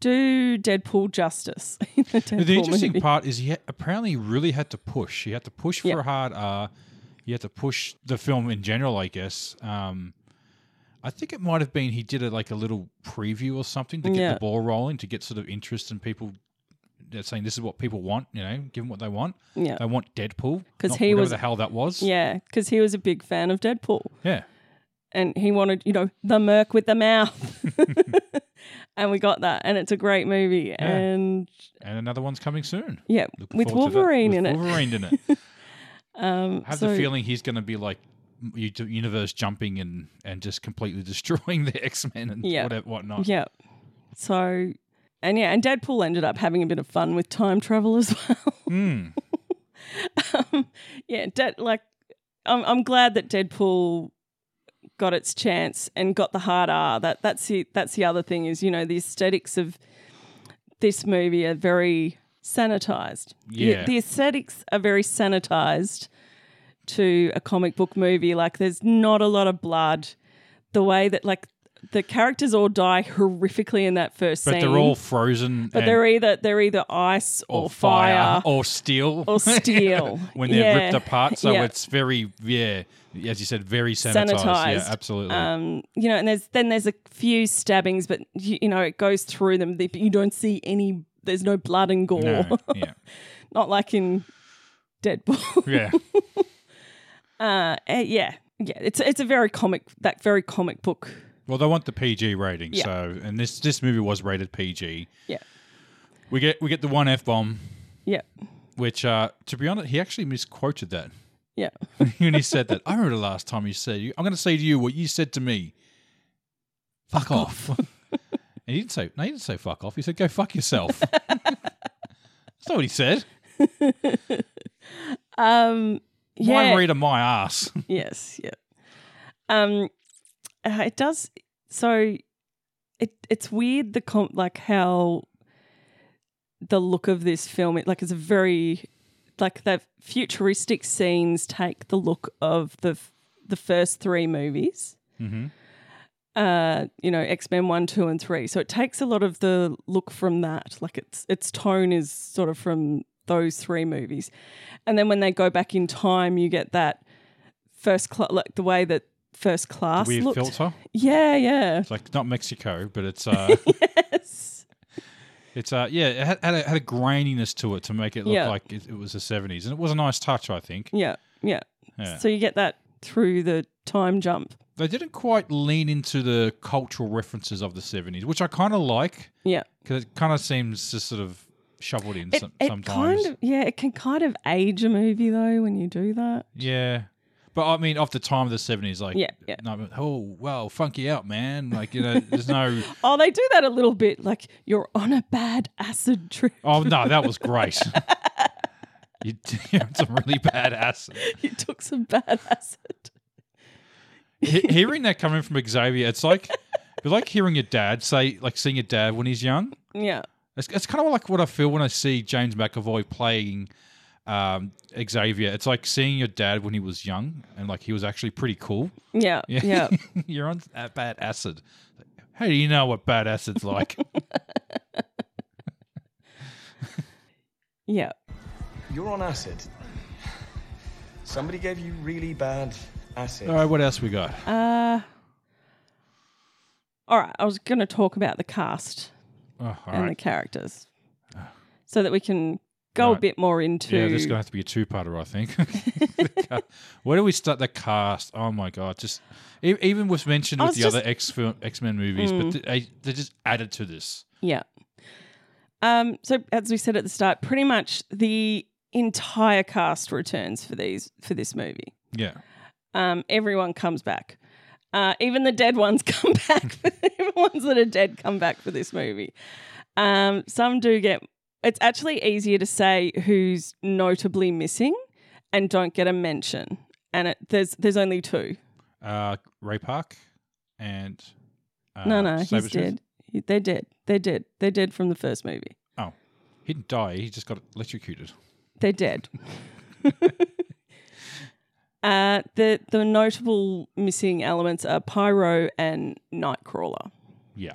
Speaker 2: do Deadpool justice (laughs) in the Deadpool
Speaker 1: the interesting
Speaker 2: movie.
Speaker 1: part is he ha- apparently really had to push. He had to push for
Speaker 2: Yeah.
Speaker 1: a hard R. He had to push the film in general, I guess. Um, I think it might have been he did a, like a little preview or something to get
Speaker 2: Yeah.
Speaker 1: the ball rolling, to get sort of interest in people They're saying this is what people want. You know, give them what they want.
Speaker 2: Yeah.
Speaker 1: They want Deadpool
Speaker 2: 'Cause
Speaker 1: not
Speaker 2: he
Speaker 1: whatever
Speaker 2: was-
Speaker 1: the hell that was.
Speaker 2: Yeah, because he was a big fan of Deadpool
Speaker 1: yeah.
Speaker 2: and he wanted, you know, the merc with
Speaker 1: (laughs)
Speaker 2: the mouth. (laughs) and we got that. And it's a great movie. And
Speaker 1: And another one's coming soon.
Speaker 2: yeah,
Speaker 1: Look
Speaker 2: with
Speaker 1: forward to that.
Speaker 2: Wolverine
Speaker 1: With
Speaker 2: in it.
Speaker 1: Wolverine in
Speaker 2: (laughs)
Speaker 1: it.
Speaker 2: Um,
Speaker 1: I have
Speaker 2: so-
Speaker 1: the feeling he's going to be like m- u- universe jumping and and just completely (laughs) destroying the X Men and
Speaker 2: Yeah.
Speaker 1: whatever whatnot.
Speaker 2: Yeah. So, and yeah, and Deadpool ended up having a bit of fun with time travel as (laughs) well.
Speaker 1: Hmm.
Speaker 2: um, yeah, dead like I'm, I'm glad that Deadpool got its chance and got the hard R. That that's the that's the other thing is you know the aesthetics of this movie are very sanitized. The-
Speaker 1: Yeah.
Speaker 2: the aesthetics are very sanitized to a comic book movie. Like there's not a lot of blood. The way that like the characters all die horrifically in that first
Speaker 1: But
Speaker 2: scene.
Speaker 1: they're all frozen.
Speaker 2: but
Speaker 1: and-
Speaker 2: they're either they're either ice or,
Speaker 1: or
Speaker 2: fire.
Speaker 1: or steel, (laughs)
Speaker 2: or steel.
Speaker 1: when they're ripped
Speaker 2: Yeah.
Speaker 1: apart. So
Speaker 2: Yeah.
Speaker 1: it's very, yeah, as you said, very sanitized.
Speaker 2: Sanitized.
Speaker 1: Yeah, absolutely.
Speaker 2: um, you know, and there's then there's a few stabbings, but you, you know it goes through them. They- You don't see any. There's no blood and gore,
Speaker 1: No, yeah,
Speaker 2: (laughs) not like in Deadpool. (laughs)
Speaker 1: yeah,
Speaker 2: uh, eh, yeah, yeah. It's it's a very comic that very comic book.
Speaker 1: Well, they want the PG rating,
Speaker 2: Yeah.
Speaker 1: so and this this movie was rated PG.
Speaker 2: Yeah.
Speaker 1: We get we get the one f bomb,
Speaker 2: Yeah,
Speaker 1: which uh, to be honest, he actually misquoted that (laughs)
Speaker 2: yeah,
Speaker 1: when he said that. I remember the last time you said, "I'm going to say to you what you said to me." Fuck off. (laughs) and he didn't say. No, he didn't say fuck off. He said, "Go fuck
Speaker 2: (laughs)
Speaker 1: yourself." That's not what he said.
Speaker 2: um, yeah.
Speaker 1: Mind reader, my ass.
Speaker 2: (laughs) Yes, yeah. Um, uh, it does. So, it it's weird the com like how the look of this film. It like it's a very like the futuristic scenes take the look of the f- the first three movies.
Speaker 1: mm-hmm.
Speaker 2: Uh, you know, X Men one, two, and three. So it takes a lot of the look from that. Like its its tone is sort of from those three movies, and then when they go back in time, you get that first class, like the way that first class
Speaker 1: Weird
Speaker 2: looked.
Speaker 1: filter.
Speaker 2: Yeah, yeah,
Speaker 1: It's like not Mexico, but it's uh,
Speaker 2: (laughs) yes,
Speaker 1: it's uh, yeah, it had, had, a, had a graininess to it to make it look
Speaker 2: Yeah.
Speaker 1: like it, it was the '70s, and it was a nice touch, I think.
Speaker 2: yeah, yeah,
Speaker 1: Yeah.
Speaker 2: So you get that through the time jump.
Speaker 1: They didn't quite lean into the cultural references of the '70s, which I kind of like
Speaker 2: Yeah,
Speaker 1: because it kind of seems just sort of shoveled in
Speaker 2: it,
Speaker 1: some,
Speaker 2: it
Speaker 1: sometimes.
Speaker 2: kind of yeah, it can kind of age a movie though when you do that.
Speaker 1: Yeah. But I mean, off the time of the seventies, like,
Speaker 2: Yeah, yeah.
Speaker 1: no, oh wow, funky out, man. Like, you know, there's no.
Speaker 2: Oh, they do that a little bit. Like you're on a bad acid trip.
Speaker 1: Oh no, that was great. (laughs) you (laughs) had some really bad acid.
Speaker 2: (laughs) you took some bad acid.
Speaker 1: He- hearing that coming from Xavier, it's like, it's like hearing your dad say, like seeing your dad when he's young.
Speaker 2: Yeah.
Speaker 1: It's, it's kind of like what I feel when I see James McAvoy playing um, Xavier. It's like seeing your dad when he was young and like he was actually pretty cool. (laughs)
Speaker 2: Yeah. Yeah. Yeah.
Speaker 1: You're on that bad acid. How do you know what bad acid's
Speaker 2: (laughs)
Speaker 1: like?
Speaker 2: yeah.
Speaker 5: You're on acid. Somebody gave you really bad acid.
Speaker 1: All right, what else we got?
Speaker 2: Uh, all right. I was going to talk about the cast
Speaker 1: Oh, all
Speaker 2: and
Speaker 1: right. (sighs)
Speaker 2: the characters so that we can go a
Speaker 1: Right.
Speaker 2: bit more into.
Speaker 1: Yeah, this is going to have to be a two-parter, I think. (laughs) The ca- Where do we start the cast? Oh my god! Just e- even was mentioned
Speaker 2: I
Speaker 1: with
Speaker 2: was
Speaker 1: the
Speaker 2: just- Hmm.
Speaker 1: other X X Men movies, but they, they just added to this.
Speaker 2: Yeah. Um, so as we said at the start, pretty much the entire cast returns for these for this movie.
Speaker 1: Yeah,
Speaker 2: Um, everyone comes back. Uh, even the dead ones (laughs) come back. even ones that are dead come back for this movie. Um, some do get. It's actually easier to say who's notably missing and don't get a mention. And it, there's there's only two.
Speaker 1: uh, Ray Park and uh,
Speaker 2: no, no, he's
Speaker 1: Sabretooth?
Speaker 2: dead. He, they're dead. They're dead. They're dead from the first movie.
Speaker 1: Oh, he didn't die. He just got electrocuted.
Speaker 2: They're (laughs) dead. uh, the the notable missing elements are Pyro and Nightcrawler.
Speaker 1: Yeah.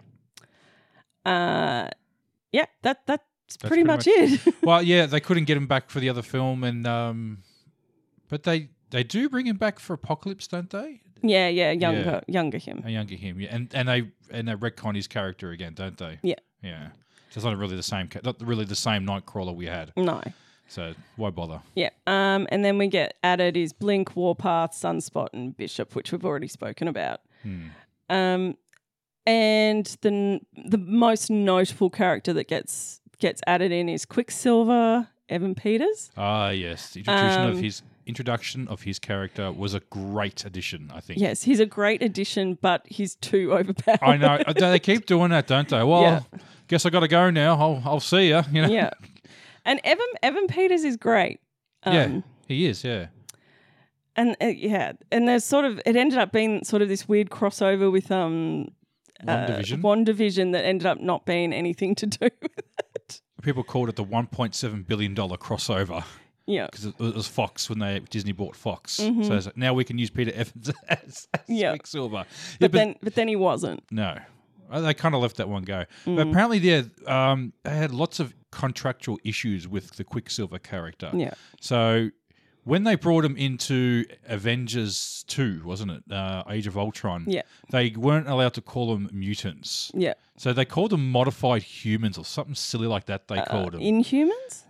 Speaker 2: Uh, yeah, that that's,
Speaker 1: pretty
Speaker 2: pretty, much, it.
Speaker 1: Well, yeah, they couldn't get him back for the other film, and um, but they they do bring him back for Apocalypse, don't they?
Speaker 2: (laughs) yeah, yeah, younger younger him.
Speaker 1: A younger him, yeah, and and they and they retcon his character again, don't they?
Speaker 2: Yeah.
Speaker 1: Yeah. So it's not really the same, ca- not really the same Nightcrawler we had.
Speaker 2: No,
Speaker 1: So why bother?
Speaker 2: yeah. Um, and then we get added is Blink, Warpath, Sunspot, and Bishop, which we've already spoken about.
Speaker 1: Hmm.
Speaker 2: Um, and the n- the most notable character that gets gets added in is Quicksilver, Evan Peters.
Speaker 1: Ah, yes, the introduction of
Speaker 2: Um,
Speaker 1: his introduction of his character was a great addition, I think.
Speaker 2: Yes, he's a great addition, but he's too overpowered.
Speaker 1: I know Uh, they keep doing that, don't they? Well,
Speaker 2: Yeah.
Speaker 1: guess I got to go now. I'll I'll see ya. You know?
Speaker 2: (laughs) yeah, and Evan Evan Peters is great. Um,
Speaker 1: yeah, he is. Yeah.
Speaker 2: and uh, yeah, and there's sort of it ended up being sort of this weird crossover with um
Speaker 1: One division.
Speaker 2: one division that ended up not being anything to do (laughs) with it.
Speaker 1: People called it the 1.7 billion dollar crossover
Speaker 2: Yeah,
Speaker 1: because it it was Fox when they Disney bought Fox. So it's like, now we can use Peter Evans (laughs) as, as
Speaker 2: Mm-hmm. Yeah.
Speaker 1: Quicksilver. Yeah,
Speaker 2: but then but then he wasn't.
Speaker 1: No. Uh, They kind of left that one go.
Speaker 2: Mm-hmm.
Speaker 1: But apparently, yeah, um, they had lots of contractual issues with the Quicksilver character.
Speaker 2: Yeah.
Speaker 1: So when they brought him into Avengers 2, wasn't it? Uh, Age of Ultron.
Speaker 2: Yeah. Mm.
Speaker 1: They weren't allowed to call them mutants.
Speaker 2: Yeah,
Speaker 1: So they called them modified humans or something silly like that.
Speaker 2: Uh,
Speaker 1: They called them.
Speaker 2: Inhumans.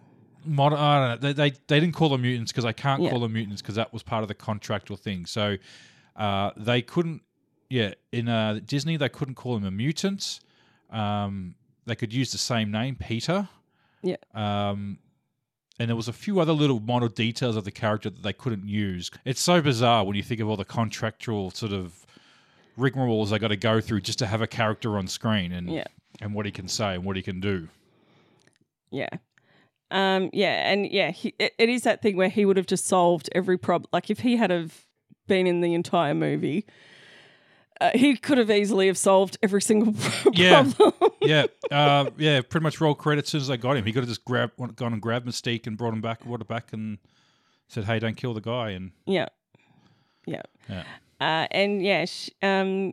Speaker 1: Mod- I don't know. They, they, they didn't call them mutants because they can't
Speaker 2: Yeah.
Speaker 1: call them mutants because that was part of the contractual thing. So uh, they couldn't. Yeah, in uh, Disney they couldn't call him a mutant. Um, they could use the same name, Peter.
Speaker 2: Yeah.
Speaker 1: Um, and there was a few other little minor details of the character that they couldn't use. It's so bizarre when you think of all the contractual sort of rigmaroles they got to go through just to have a character on screen and
Speaker 2: Yeah.
Speaker 1: and what he can say and what he can do.
Speaker 2: Yeah. Um, yeah, and yeah, he, it, it is that thing where he would have just solved every problem. Like if he had have been in the entire movie, uh, he could have easily have solved every single (laughs) pro-
Speaker 1: Yeah.
Speaker 2: problem. (laughs)
Speaker 1: yeah, uh, yeah. Pretty much roll credits as soon as they got him. He could have just grabbed, gone and grabbed Mystique and brought him back, brought it back, and said, "Hey, don't kill the guy." And
Speaker 2: yeah, yeah,
Speaker 1: Yeah.
Speaker 2: Uh, and yeah, sh- um,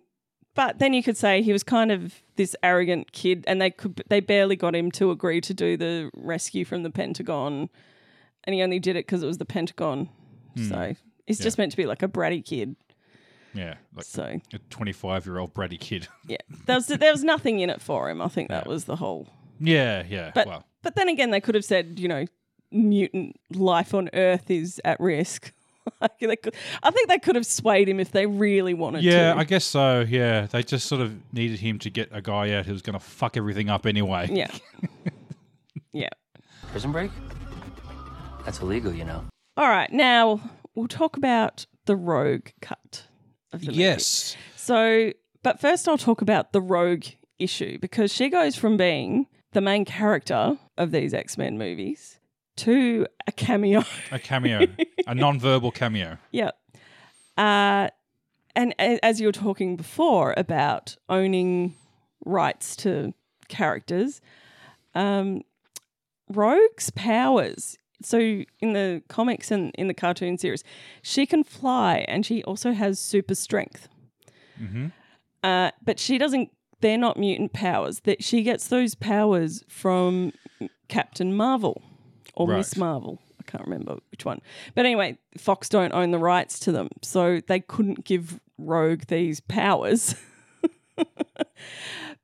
Speaker 2: but then you could say he was kind of this arrogant kid, and they could they barely got him to agree to do the rescue from the Pentagon, and he only did it because it was the Pentagon.
Speaker 1: Hmm.
Speaker 2: So he's just meant to be like a bratty kid.
Speaker 1: yeah, like
Speaker 2: So
Speaker 1: a twenty-five-year-old bratty kid. (laughs)
Speaker 2: Yeah, there was there was nothing in it for him. I think that was the whole.
Speaker 1: yeah, yeah.
Speaker 2: But
Speaker 1: well,
Speaker 2: but then again, they could have said, you know, mutant life on Earth is at risk. (laughs) Like, they could, I think they could have swayed him if they really wanted
Speaker 1: yeah,
Speaker 2: to.
Speaker 1: I guess so. Yeah, they just sort of needed him to get a guy out who was going to fuck everything up anyway.
Speaker 2: yeah, (laughs) yeah.
Speaker 6: Prison break? That's illegal, you know.
Speaker 2: All right, now we'll talk about the rogue cut. Of the movie.
Speaker 1: Yes.
Speaker 2: So, but first I'll talk about the rogue issue because she goes from being the main character of these X Men movies to a cameo. (laughs)
Speaker 1: A cameo. a non-verbal cameo.
Speaker 2: yeah. Uh, and a- as you were talking before about owning rights to characters, um, Rogue's powers. So in the comics and in the cartoon series, she can fly and she also has super strength.
Speaker 1: Mm-hmm.
Speaker 2: Uh, but she doesn't. They're not mutant powers. That she gets those powers from Captain Marvel or
Speaker 1: Right.
Speaker 2: Miss Marvel. I can't remember which one. But anyway, Fox don't own the rights to them, so they couldn't give Rogue these powers. (laughs)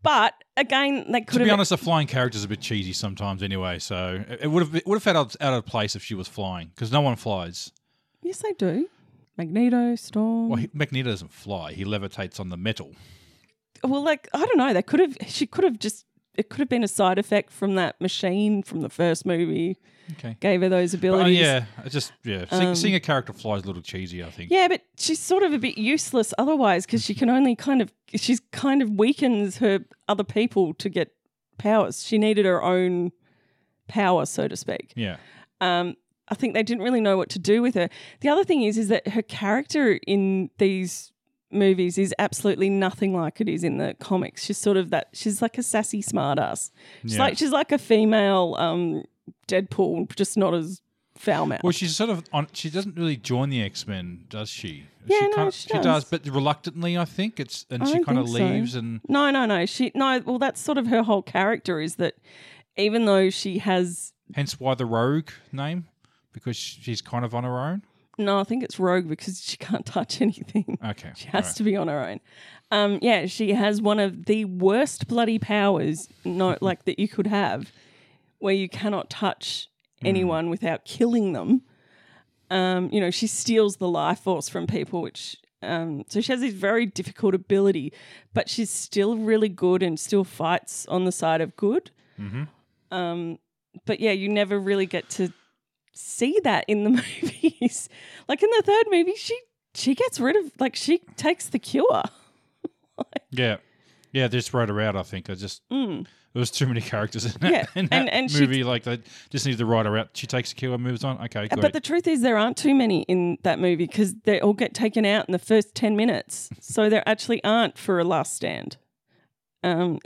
Speaker 2: but again, they could
Speaker 1: To
Speaker 2: have
Speaker 1: be honest, the flying character's a bit cheesy sometimes anyway, so it- it would have it would have felt out out of place if she was flying because no one flies.
Speaker 2: Yes, they do. Magneto,
Speaker 1: Well,
Speaker 2: Storm. Well,
Speaker 1: he, Magneto doesn't fly; he levitates on the metal.
Speaker 2: like I don't know. They could have. She could have just. It could have been a side effect from that machine from the first movie.
Speaker 1: Okay.
Speaker 2: Gave her those
Speaker 1: But, uh,
Speaker 2: abilities. Um,
Speaker 1: yeah, I just yeah, seeing, seeing a character fly is a little cheesy. I think.
Speaker 2: Yeah, but she's sort of a bit useless otherwise because she can only kind of she's kind of weakens her other people to get powers. She needed her own power, so to speak.
Speaker 1: Yeah.
Speaker 2: um, I think they didn't really know what to do with her. The other thing is, is that her character in these movies is absolutely nothing like it is in the comics. She's sort of that. She's like a sassy smartass. She's
Speaker 1: Yeah.
Speaker 2: like she's like a female um, Deadpool, just not as foul mouthed.
Speaker 1: Well, she's sort of on. She doesn't really join the X Men, does she?
Speaker 2: Yeah,
Speaker 1: she
Speaker 2: no,
Speaker 1: kinda-
Speaker 2: she
Speaker 1: she does.
Speaker 2: does.
Speaker 1: but reluctantly, I think it's, and
Speaker 2: I
Speaker 1: she
Speaker 2: don't
Speaker 1: kind of
Speaker 2: think so.
Speaker 1: leaves, and
Speaker 2: no, no, no. She no. Well, that's sort of her whole character is that even though she has
Speaker 1: hence why the Rogue name, because she's kind of on her own.
Speaker 2: no, I think it's rogue because she can't (laughs) touch anything.
Speaker 1: Okay,
Speaker 2: (laughs) She has to be on her own. Um, yeah, she has one of the worst bloody powers, no, like that you could have, where you cannot touch anyone without killing them. Um, you know, she steals the life force from people, which um, so she has this very difficult ability, but she's still really good and still fights on the side of good. Um, but yeah, you never really get to see that in the (laughs) movies. like in the third movie, she she gets rid of like she takes the cure.
Speaker 1: Yeah, yeah, they just wrote her out. I think I just there was too many characters in that,
Speaker 2: Mm. Yeah,
Speaker 1: in that
Speaker 2: and- and she-
Speaker 1: movie. like they just need to write her out. She takes a killer, moves on. Okay, great.
Speaker 2: Uh, But the truth is there aren't too many in that movie because they all get taken out in the first 10 minutes. so there actually aren't for a last stand. Um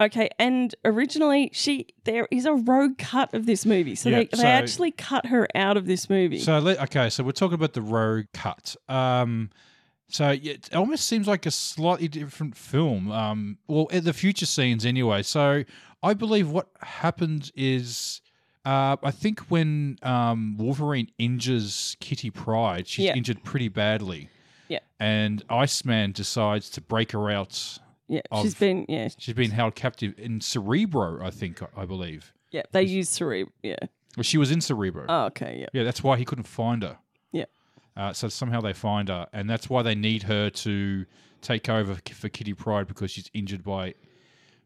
Speaker 2: okay, and originally she there is a rogue cut of this movie. So
Speaker 1: Yeah,
Speaker 2: they,
Speaker 1: so-
Speaker 2: they actually cut her out of this movie.
Speaker 1: so let, okay, so we're talking about the rogue cut. Um, so yeah, it almost seems like a slightly different film. Um, well, in the future scenes anyway. So I believe what happens is. Uh, I think when um, Wolverine injures Kitty Pride, she's
Speaker 2: Yeah.
Speaker 1: injured pretty badly.
Speaker 2: Yeah.
Speaker 1: And Iceman decides to break her out
Speaker 2: yeah,
Speaker 1: of-
Speaker 2: she's been yeah,
Speaker 1: She's been held captive in Cerebro, I think, I believe.
Speaker 2: yeah, they use cerebral. Yeah.
Speaker 1: Well, she was in Cerebro.
Speaker 2: Oh, okay, yeah.
Speaker 1: yeah, that's why he couldn't find her.
Speaker 2: Yeah.
Speaker 1: Uh, so somehow they find her, and that's why they need her to take over k- for Kitty Pride because she's injured by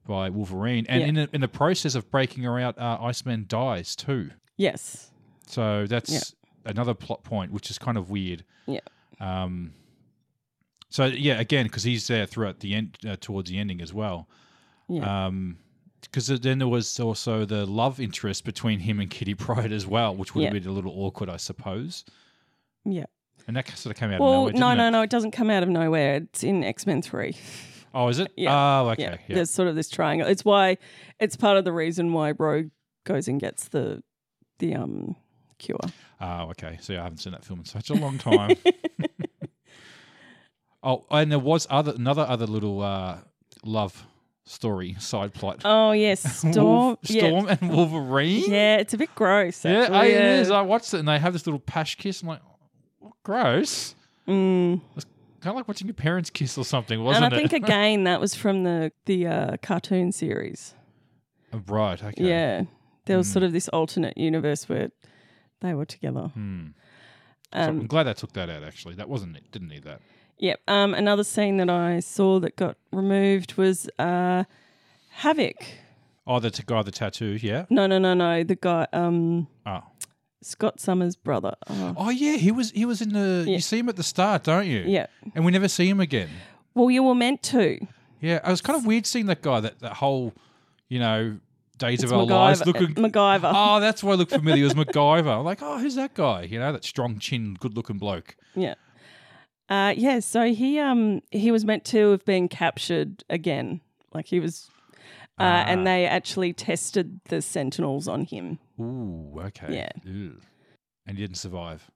Speaker 1: by Wolverine. And
Speaker 2: Yeah.
Speaker 1: in, the, in the process of breaking her out, uh, Iceman dies too.
Speaker 2: Yes.
Speaker 1: So that's another plot point, which is kind of weird.
Speaker 2: Yeah.
Speaker 1: Um, so yeah, again, because he's there throughout the end, uh, towards the ending as well.
Speaker 2: Yeah.
Speaker 1: Um, because then there was also the love interest between him and Kitty Pride as well, which would have
Speaker 2: Yeah.
Speaker 1: been a little awkward, I suppose.
Speaker 2: Yeah.
Speaker 1: And that sort of came out
Speaker 2: well,
Speaker 1: of nowhere.
Speaker 2: no,
Speaker 1: didn't
Speaker 2: no,
Speaker 1: it?
Speaker 2: no. It doesn't come out of nowhere. It's in X Men Three.
Speaker 1: Oh, is it?
Speaker 2: Yeah.
Speaker 1: Oh, okay.
Speaker 2: yeah.
Speaker 1: Yeah.
Speaker 2: There's sort of this triangle. It's why it's part of the reason why Rogue goes and gets the the um cure.
Speaker 1: Oh, okay. So I haven't seen that film in such a long
Speaker 2: (laughs)
Speaker 1: time. oh, and there was other another other little uh, love story side plot.
Speaker 2: Oh yes,
Speaker 1: (laughs)
Speaker 2: Storm.
Speaker 1: Wolf- Storm and
Speaker 2: Yeah.
Speaker 1: Wolverine.
Speaker 2: yeah, it's a bit gross.
Speaker 1: Yeah,
Speaker 2: actually,
Speaker 1: I- it is. I watched it and they have this little pash kiss. I'm like, "Oh, gross.
Speaker 2: Mm.
Speaker 1: Kind of like watching your parents kiss or something,
Speaker 2: And
Speaker 1: wasn't
Speaker 2: I think
Speaker 1: it? (laughs)
Speaker 2: again that was from the the uh, cartoon series.
Speaker 1: (laughs) right. Okay. Hmm.
Speaker 2: Yeah, there was sort of this alternate universe where they were together.
Speaker 1: Hmm. So
Speaker 2: um,
Speaker 1: I'm glad I took that out. Actually, that wasn't it. Didn't need that.
Speaker 2: Yep. Um, another scene that I saw that got removed was uh, Havoc.
Speaker 1: Oh, the t- guy, with the tattoo. Yeah.
Speaker 2: No, no, no, no. The guy, um,
Speaker 1: Oh,
Speaker 2: Scott Summers' brother. Oh.
Speaker 1: Oh yeah, he was he was in the.
Speaker 2: Yeah.
Speaker 1: You see him at the start, don't you?
Speaker 2: Yeah.
Speaker 1: And we never see him again.
Speaker 2: Well, you were meant to.
Speaker 1: Yeah, it was kind of weird seeing that guy. That that whole, you know, days
Speaker 2: It's
Speaker 1: of our lives
Speaker 2: MacGyver. uh,
Speaker 1: looking.
Speaker 2: MacGyver.
Speaker 1: (laughs)
Speaker 2: (laughs)
Speaker 1: Oh, that's why I looked familiar. It was MacGyver. I'm like, oh, who's that guy? You know, that strong chin, good looking bloke.
Speaker 2: Yeah. Uh, yeah, so he um he was meant to have been captured again. Like he was uh,
Speaker 1: Ah.
Speaker 2: and they actually tested the sentinels on him.
Speaker 1: Ooh, okay.
Speaker 2: Yeah.
Speaker 1: Ew. And he didn't survive.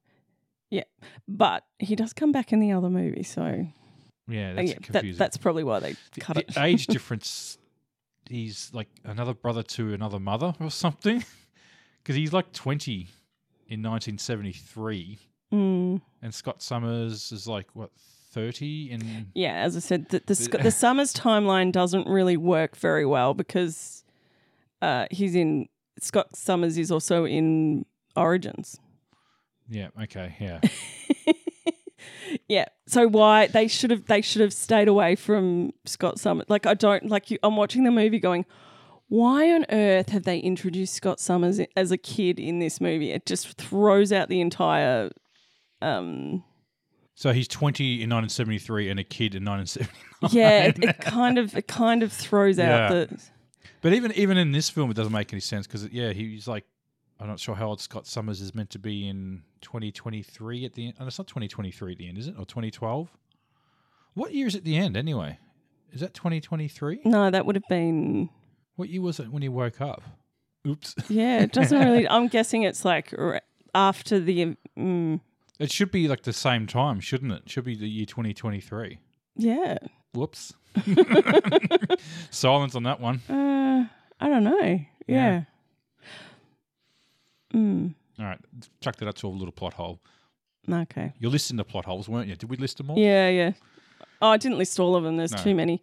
Speaker 2: Yeah. But he does come back in the other movie, so
Speaker 1: Yeah,
Speaker 2: uh,
Speaker 1: that's
Speaker 2: yeah, that,
Speaker 1: confusing.
Speaker 2: that's probably why they cut
Speaker 1: the
Speaker 2: it. (laughs)
Speaker 1: age difference. He's like another brother to another mother or something, (laughs) because he's like twenty in 1973,
Speaker 2: Mm.
Speaker 1: and Scott Summers is like what 30 in
Speaker 2: Yeah, as I said, the the, Sc- the Summers timeline doesn't really work very well because uh, he's in Scott Summers is also in Origins.
Speaker 1: yeah okay yeah (laughs)
Speaker 2: Yeah. So why they should have they should have stayed away from Scott Summers. Like I don't like you. I'm watching the movie going, why on earth have they introduced Scott Summers i- as a kid in this movie? It just throws out the entire. Um,
Speaker 1: so he's 20 in 1973 and a kid in 1970
Speaker 2: yeah, it, it kind of it kind of throws out
Speaker 1: Yeah.
Speaker 2: the
Speaker 1: but even even in this film it doesn't make any sense because yeah he's like i'm not sure how old scott summers is meant to be in 2023 at the end and it's not 2023 at the end is it or 2012 what year is at the end anyway is that 2023
Speaker 2: no. That would have been
Speaker 1: what year was it when he woke up oops (laughs)
Speaker 2: yeah. It doesn't really. I'm guessing it's like r- after the mm,
Speaker 1: it should be like the same time shouldn't it should be the year 2023
Speaker 2: yeah. (laughs)
Speaker 1: whoops silence on that one
Speaker 2: Uh, I don't know.
Speaker 1: Yeah.
Speaker 2: Yeah.
Speaker 1: All right, chuck that up to a little plot hole.
Speaker 2: Okay.
Speaker 1: You listened to plot holes, weren't you? Did we list them all?
Speaker 2: Yeah, yeah. Oh, I didn't list all of them. There's
Speaker 1: (laughs)
Speaker 2: too many.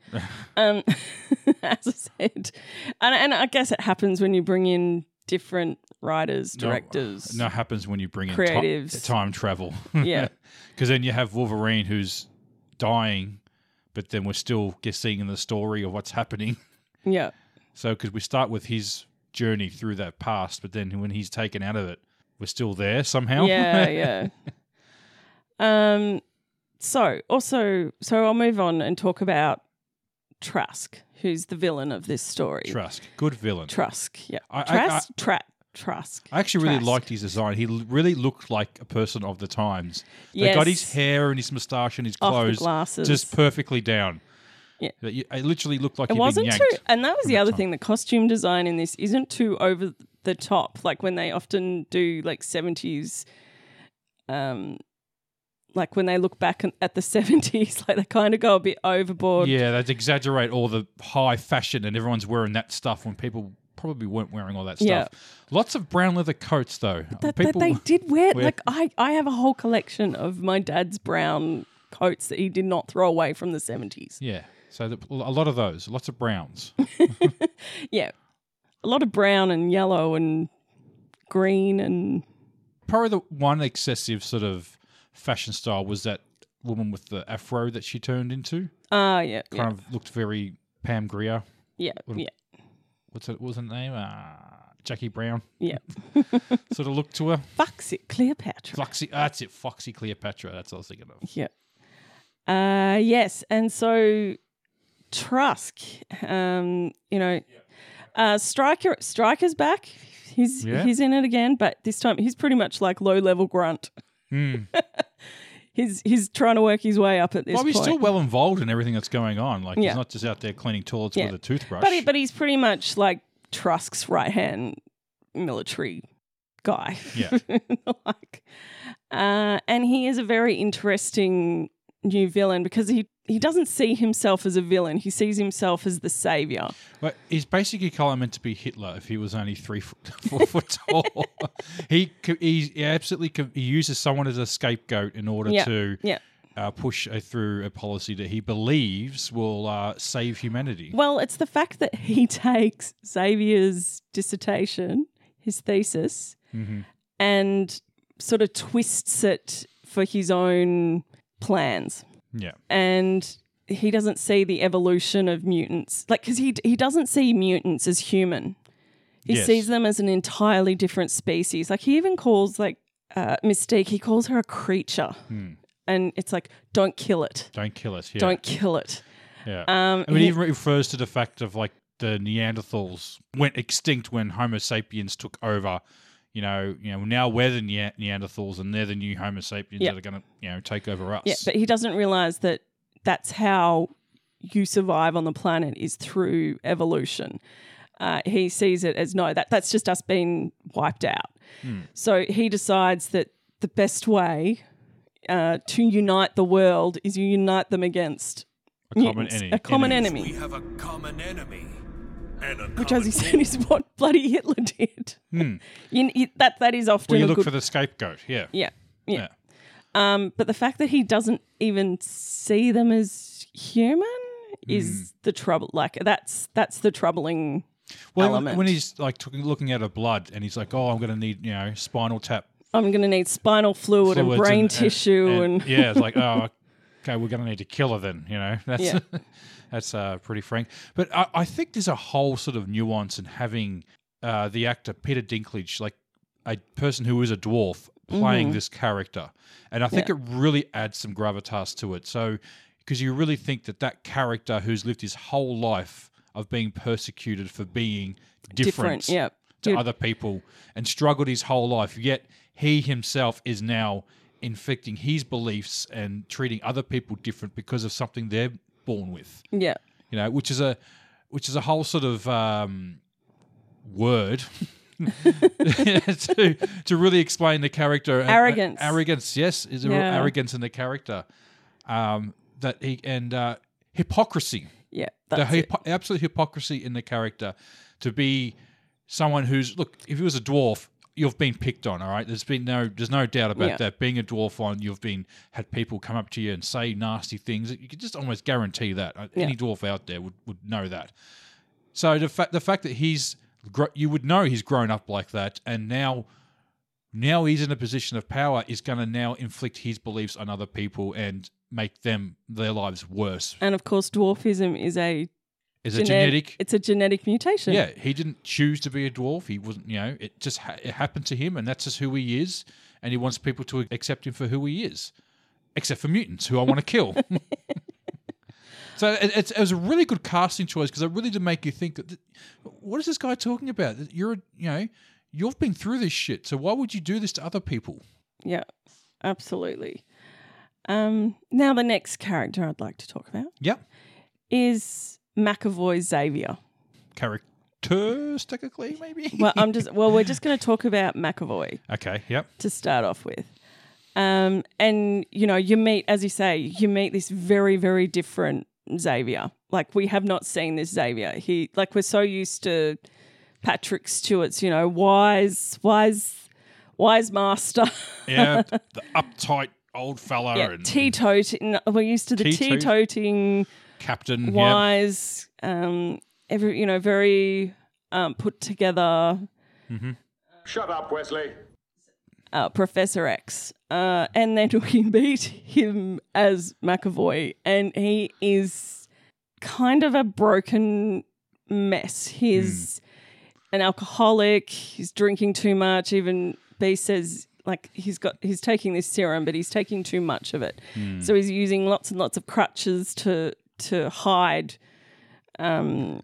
Speaker 2: um, (laughs) as I said, and, and I guess it happens when you bring in different writers,
Speaker 1: No-
Speaker 2: directors.
Speaker 1: No, happens when you bring in
Speaker 2: Creatives.
Speaker 1: ti- time travel. (laughs)
Speaker 2: Yeah.
Speaker 1: Because then you have Wolverine who's dying, but then we're still guessing in the story of what's happening. (laughs)
Speaker 2: Yeah.
Speaker 1: So, because we start with his journey through that past, but then when he's taken out of it, we're still there somehow.
Speaker 2: Yeah, yeah. um, so also, so I'll move on and talk about Trask, who's the villain of this story.
Speaker 1: (laughs) Trask, good villain.
Speaker 2: Trask, yeah.
Speaker 1: I- I-
Speaker 2: Trask, Tra- Trask.
Speaker 1: I actually really
Speaker 2: Trask.
Speaker 1: liked his design. He l- really looked like a person of the times. They
Speaker 2: Yes.
Speaker 1: got his hair and his moustache and his
Speaker 2: Off the
Speaker 1: clothes
Speaker 2: glasses.
Speaker 1: just perfectly down.
Speaker 2: Yeah.
Speaker 1: That you- It literally looked like
Speaker 2: It
Speaker 1: he'd
Speaker 2: wasn't
Speaker 1: been
Speaker 2: too,
Speaker 1: yanked.
Speaker 2: and that was the
Speaker 1: that
Speaker 2: other
Speaker 1: time.
Speaker 2: thing. The costume design in this isn't too over the top, like when they often do like seventies, um, like when they look back an- at the (laughs) seventies, like they kind of go a bit overboard.
Speaker 1: Yeah, they'd exaggerate all the high fashion and everyone's wearing that stuff when people probably weren't wearing all that stuff.
Speaker 2: Yeah.
Speaker 1: Lots of brown leather coats though.
Speaker 2: that, that they did wear.
Speaker 1: wear-
Speaker 2: Like I, I have a whole collection of my dad's brown coats that he did not throw away from the seventies.
Speaker 1: (laughs) Yeah. So the, a lot of those, lots of
Speaker 2: (laughs)
Speaker 1: browns.
Speaker 2: Yeah, a lot of brown and yellow and green and
Speaker 1: Probably the one excessive sort of fashion style was that woman with the afro that she turned into.
Speaker 2: ah, yeah, yeah,
Speaker 1: Kind of looked very Pam Grier.
Speaker 2: yeah, yeah,
Speaker 1: What's it? What was her name? Uh, Jackie Brown. (laughs)
Speaker 2: yeah.
Speaker 1: Sort of look to her.
Speaker 2: Fucks it, Cleopatra.
Speaker 1: Foxy. ah, that's it. Foxy Cleopatra. That's what I was thinking of.
Speaker 2: Yeah. Uh, yes, and so Trusk, um, you know, uh, Striker Striker's back. He's
Speaker 1: Yeah.
Speaker 2: he's in it again, but this time he's pretty much like low level grunt.
Speaker 1: Hmm.
Speaker 2: (laughs) he's he's trying to work his way up at this
Speaker 1: Well, he's
Speaker 2: point.
Speaker 1: still well involved in everything that's going on. Like
Speaker 2: Yeah.
Speaker 1: he's not just out there cleaning toilets
Speaker 2: Yeah.
Speaker 1: with a toothbrush.
Speaker 2: but he, but he's pretty much like Trusk's right hand military guy.
Speaker 1: Yeah.
Speaker 2: (laughs) like, uh, and he is a very interesting new villain because he he doesn't see himself as a villain. He sees himself as the savior.
Speaker 1: But he's basically kind of meant to be Hitler if he was only three foot, (laughs) four foot tall. he co- he he absolutely co- he uses someone as a scapegoat in order
Speaker 2: Yeah.
Speaker 1: to
Speaker 2: Yeah.
Speaker 1: uh, push a, through a policy that he believes will uh, save humanity.
Speaker 2: Well, it's the fact that he (laughs) takes Xavier's dissertation, his thesis, and sort of twists it for his own plans.
Speaker 1: Yeah,
Speaker 2: and he doesn't see the evolution of mutants like because he he doesn't see mutants as human He
Speaker 1: Yes.
Speaker 2: sees them as an entirely different species. Like he even calls like uh, Mystique. He calls her a creature,
Speaker 1: Hmm.
Speaker 2: and it's like, don't kill it,
Speaker 1: Don't kill us. Yeah.
Speaker 2: don't kill it.
Speaker 1: Yeah.
Speaker 2: Um,
Speaker 1: I mean,
Speaker 2: he-
Speaker 1: he even refers to the fact of like the Neanderthals went extinct when Homo sapiens took over. You know, you know, now we're the Nea- Neanderthals and they're the new Homo sapiens
Speaker 2: Yeah.
Speaker 1: that are going to, you know, take over us.
Speaker 2: Yeah, but he doesn't realize that that's how you survive on the planet is through evolution. Uh, he sees it as no, that that's just us being wiped out.
Speaker 1: Hmm.
Speaker 2: So he decides that the best way uh, to unite the world is you unite them against
Speaker 1: a common
Speaker 2: mutants,
Speaker 1: enemy.
Speaker 2: a common
Speaker 1: enemy.
Speaker 2: enemy,
Speaker 6: We have a common enemy. And a
Speaker 2: which,
Speaker 6: common
Speaker 2: as he said, is what bloody Hitler did. (laughs) You- you- that that is
Speaker 1: Hmm.
Speaker 2: often
Speaker 1: Well, you
Speaker 2: a
Speaker 1: look
Speaker 2: good
Speaker 1: for the scapegoat. Yeah.
Speaker 2: yeah, yeah.
Speaker 1: Yeah.
Speaker 2: Um, but the fact that he doesn't even see them as human is the trouble. Like that's that's the troubling.
Speaker 1: Well, when-
Speaker 2: element.
Speaker 1: when he's like took- looking at her blood and he's like, oh, I'm going to need, you know, spinal tap
Speaker 2: I'm going to need spinal fluid, and
Speaker 1: fluids
Speaker 2: brain tissue, and,
Speaker 1: yeah, it's
Speaker 2: (laughs)
Speaker 1: like oh, okay, we're gonna need to kill her then. You know, that's (laughs) that's uh, pretty frank. But I, I think there's a whole sort of nuance in having uh, the actor Peter Dinklage, like a person who is a dwarf, playing this character, and I think it really adds some gravitas to it. So because you really think that that character who's lived his whole life of being persecuted for being different,
Speaker 2: different. Yeah,
Speaker 1: to
Speaker 2: You'd-
Speaker 1: other people and struggled his whole life. Yet he himself is now infecting his beliefs and treating other people different because of something they're born with.
Speaker 2: yeah,
Speaker 1: You know, which is a which is a whole sort of um, word. (laughs) to to really explain the character and- uh,
Speaker 2: Arrogance.
Speaker 1: arrogance yes is a real
Speaker 2: Yeah.
Speaker 1: arrogance in the character um that he and uh hypocrisy
Speaker 2: yeah.
Speaker 1: the
Speaker 2: That's it.
Speaker 1: hypo- absolute hypocrisy in the character to be someone who's look if he was a dwarf you've been picked on all right there's been no there's no doubt about
Speaker 2: Yeah.
Speaker 1: that being a dwarf on you've been had people come up to you and say nasty things you could just almost guarantee that Uh, any
Speaker 2: Yeah.
Speaker 1: dwarf out there would, would know that so the fact the fact that he's gr- you would know he's grown up like that and now now he's in a position of power is going to now inflict his beliefs on other people and make them their lives worse
Speaker 2: And of course, dwarfism is a,
Speaker 1: is
Speaker 2: genet-
Speaker 1: it genetic
Speaker 2: It's a genetic mutation.
Speaker 1: yeah, he didn't choose to be a dwarf. He wasn't, you know, it just ha- it happened to him, and that's just who he is. And he wants people to accept him for who he is, except for mutants, who I want to kill. (laughs) so it, it's, it was a really good casting choice because it really did make you think. That, what is this guy talking about? That You're, a- you know, you've been through this shit. So why would you do this to other people?
Speaker 2: yeah, absolutely. Um, now the next character I'd like to talk about
Speaker 1: Yeah,
Speaker 2: is McAvoy Xavier.
Speaker 1: characters technically, maybe.
Speaker 2: Well, I'm just well, we're just going to talk about McAvoy.
Speaker 1: okay. Yep.
Speaker 2: to start off with. Um, and you know, you meet, as you say, you meet this very, very different Xavier. Like we have not seen this Xavier. He, like, we're so used to Patrick Stewart's, you know, wise, wise, wise master,
Speaker 1: Yeah, the uptight old fella
Speaker 2: yeah,
Speaker 1: and
Speaker 2: (laughs) teetoting. We're used to the
Speaker 1: Teetoot.
Speaker 2: teetoting,
Speaker 1: captain. Yeah.
Speaker 2: wise, um, every, you know, very um, put together
Speaker 7: Shut up, Wesley.
Speaker 2: uh, Professor X, uh, (laughs) and then we meet him as McAvoy, and he is kind of a broken mess. He's an alcoholic. He's drinking too much. Even B says like he's got he's taking this serum, but he's taking too much of it, so he's using lots and lots of crutches to to hide. Um,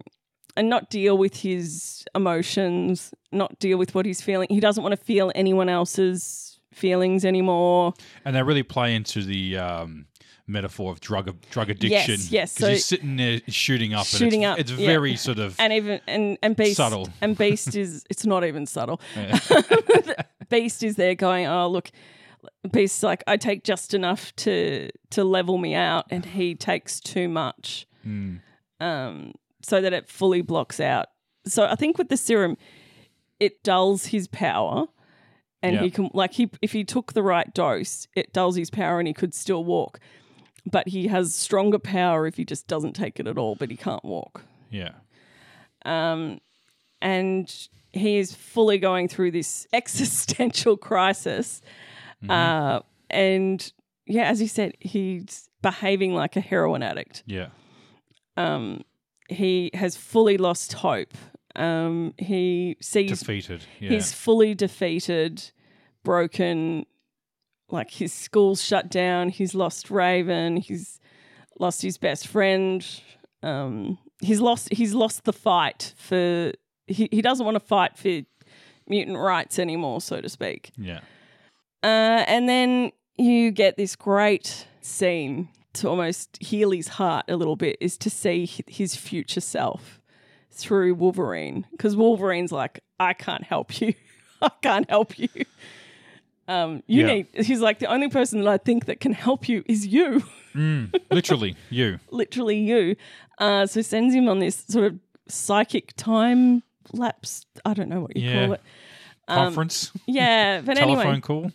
Speaker 2: and not deal with his emotions, not deal with what he's feeling. He doesn't want to feel anyone else's feelings anymore.
Speaker 1: And they really play into the um, metaphor of drug drug addiction.
Speaker 2: yes,
Speaker 1: Because he's
Speaker 2: so-
Speaker 1: sitting there shooting up.
Speaker 2: Shooting
Speaker 1: and
Speaker 2: up,
Speaker 1: it's, It's
Speaker 2: yeah.
Speaker 1: very sort of.
Speaker 2: And even and and Beast
Speaker 1: Subtle.
Speaker 2: and Beast is it's not
Speaker 1: (laughs)
Speaker 2: even subtle. (laughs) Beast is there going, "Oh, look, Beast's like I take just enough to to level me out and he takes too much."
Speaker 1: Hmm.
Speaker 2: Um so that it fully blocks out. So I think with the serum it dulls his power and
Speaker 1: Yeah.
Speaker 2: he can like he if he took the right dose, it dulls his power and he could still walk. But he has stronger power if he just doesn't take it at all, but he can't walk
Speaker 1: yeah.
Speaker 2: and he is fully going through this (laughs) existential crisis. Uh, and yeah, as you said, he's behaving like a heroin addict.
Speaker 1: Yeah.
Speaker 2: He has fully lost hope um, he sees
Speaker 1: Defeated. Yeah.
Speaker 2: he's fully defeated, broken. Like his school's shut down. He's lost Raven. He's lost his best friend. Um, he's lost. He's lost the fight for. He, he doesn't want to fight for mutant rights anymore, so to speak.
Speaker 1: yeah.
Speaker 2: Uh, and then you get this great scene to almost heal his heart a little bit is to see hi- his future self through Wolverine because Wolverine's like, I can't help you. (laughs) I can't help you. Um, you
Speaker 1: Yeah.
Speaker 2: need. He's like the only person that I think that can help you is you, (laughs)
Speaker 1: Literally, (laughs) you.
Speaker 2: literally you. Uh, so sends him on this sort of psychic time lapse. I don't know what you
Speaker 1: Yeah.
Speaker 2: call it.
Speaker 1: Conference, (laughs)
Speaker 2: Yeah, but
Speaker 1: telephone
Speaker 2: Um, anyway,
Speaker 1: call.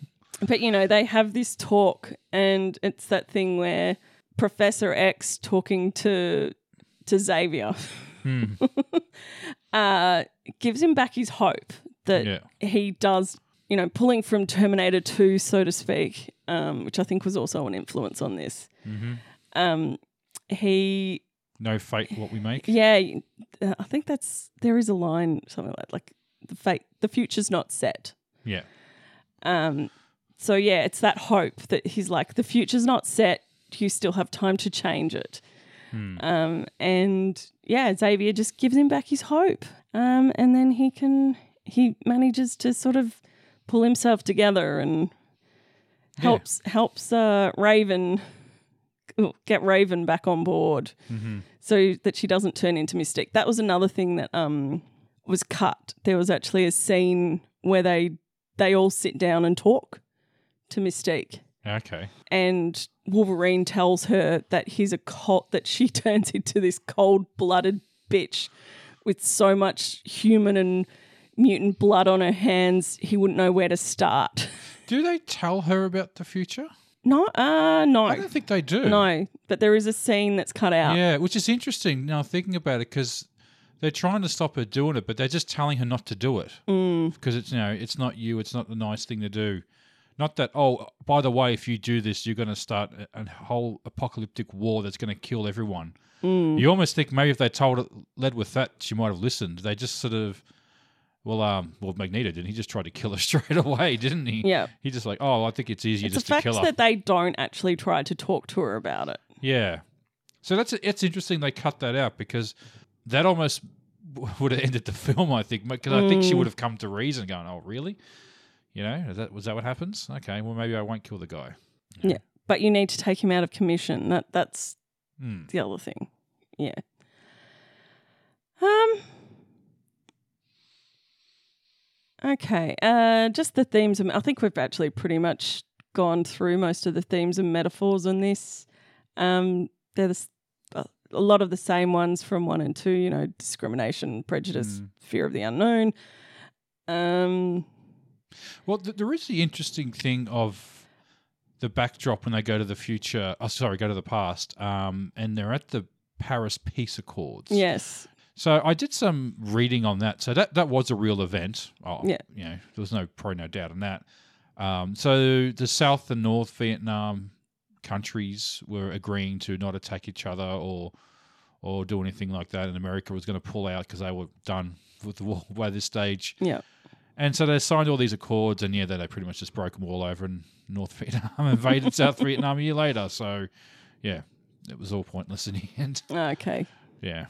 Speaker 2: but you know they have this talk and it's that thing where professor x talking to to xavier (laughs) uh gives him back his hope that
Speaker 1: Yeah.
Speaker 2: he does you know pulling from terminator 2 so to speak um which i think was also an influence on this um he
Speaker 1: No fate, what we make.
Speaker 2: yeah you- uh, i think that's there is a line something like like the fate the future's not set
Speaker 1: Yeah.
Speaker 2: um, so yeah, it's that hope that he's like, the future's not set. You still have time to change it. Um, and yeah, Xavier just gives him back his hope. Um, and then he can, he manages to sort of pull himself together and helps, helps, uh, Raven get Raven back on board so that she doesn't turn into Mystique. That was another thing that, um, was cut. There was actually a scene where they they all sit down and talk to Mystique.
Speaker 1: Okay.
Speaker 2: And Wolverine tells her that he's a cult, that she (laughs) turns into this cold blooded bitch with so much human and mutant blood on her hands, he wouldn't know where to start. (laughs)
Speaker 1: Do they tell her about the future?
Speaker 2: No, uh, no.
Speaker 1: I don't think they do.
Speaker 2: no, but there is a scene that's cut out.
Speaker 1: Yeah, which is interesting now thinking about it because they're trying to stop her doing it, but they're just telling her not to do it
Speaker 2: Mm.
Speaker 1: because it's you know it's not you, it's not the nice thing to do. Not that oh, by the way, if you do this, you're going to start a, a whole apocalyptic war that's going to kill everyone.
Speaker 2: Mm.
Speaker 1: You almost think maybe if they told it, led with that, she might have listened. They just sort of. Well, um, well, Magneto didn't. He just tried to kill her (laughs) straight away, didn't he?
Speaker 2: Yeah.
Speaker 1: He just like, oh, I think it's easier
Speaker 2: It's a
Speaker 1: just to
Speaker 2: fact
Speaker 1: kill her.
Speaker 2: that they don't actually try to talk to her about it.
Speaker 1: Yeah. So that's it's interesting they cut that out because that almost (laughs) w- would have ended the (laughs) film, I think, because I think she would have come to reason, going, "Oh, really? You know, is that was that what happens? Okay, well maybe I won't kill the guy."
Speaker 2: Yeah. But you need to take him out of commission. That that's the other thing. Yeah. Um Okay. Uh just the themes and I think we've actually pretty much gone through most of the themes and metaphors on this. Um they're the, s- a a lot of the same ones from 1 and 2, you know, discrimination, prejudice, fear of the unknown. Um
Speaker 1: Well, th- there is the interesting thing of the backdrop when they go to the future. Oh, sorry, go to the past, um, and they're at the Paris Peace Accords.
Speaker 2: yes.
Speaker 1: So I did some reading on that. So that that was a real event. Oh,
Speaker 2: Yeah.
Speaker 1: You know, there was no probably no doubt on that. Um, so the South and North Vietnam countries were agreeing to not attack each other or or do anything like that, and America was going to pull out because they were done with the war (laughs) by this stage.
Speaker 2: Yeah.
Speaker 1: And so they signed all these accords, and yeah, they, they pretty much just broke them all over, and North (laughs) Vietnam invaded South Vietnam a year later. So yeah, it was all pointless in the (laughs) end.
Speaker 2: Okay.
Speaker 1: Yeah.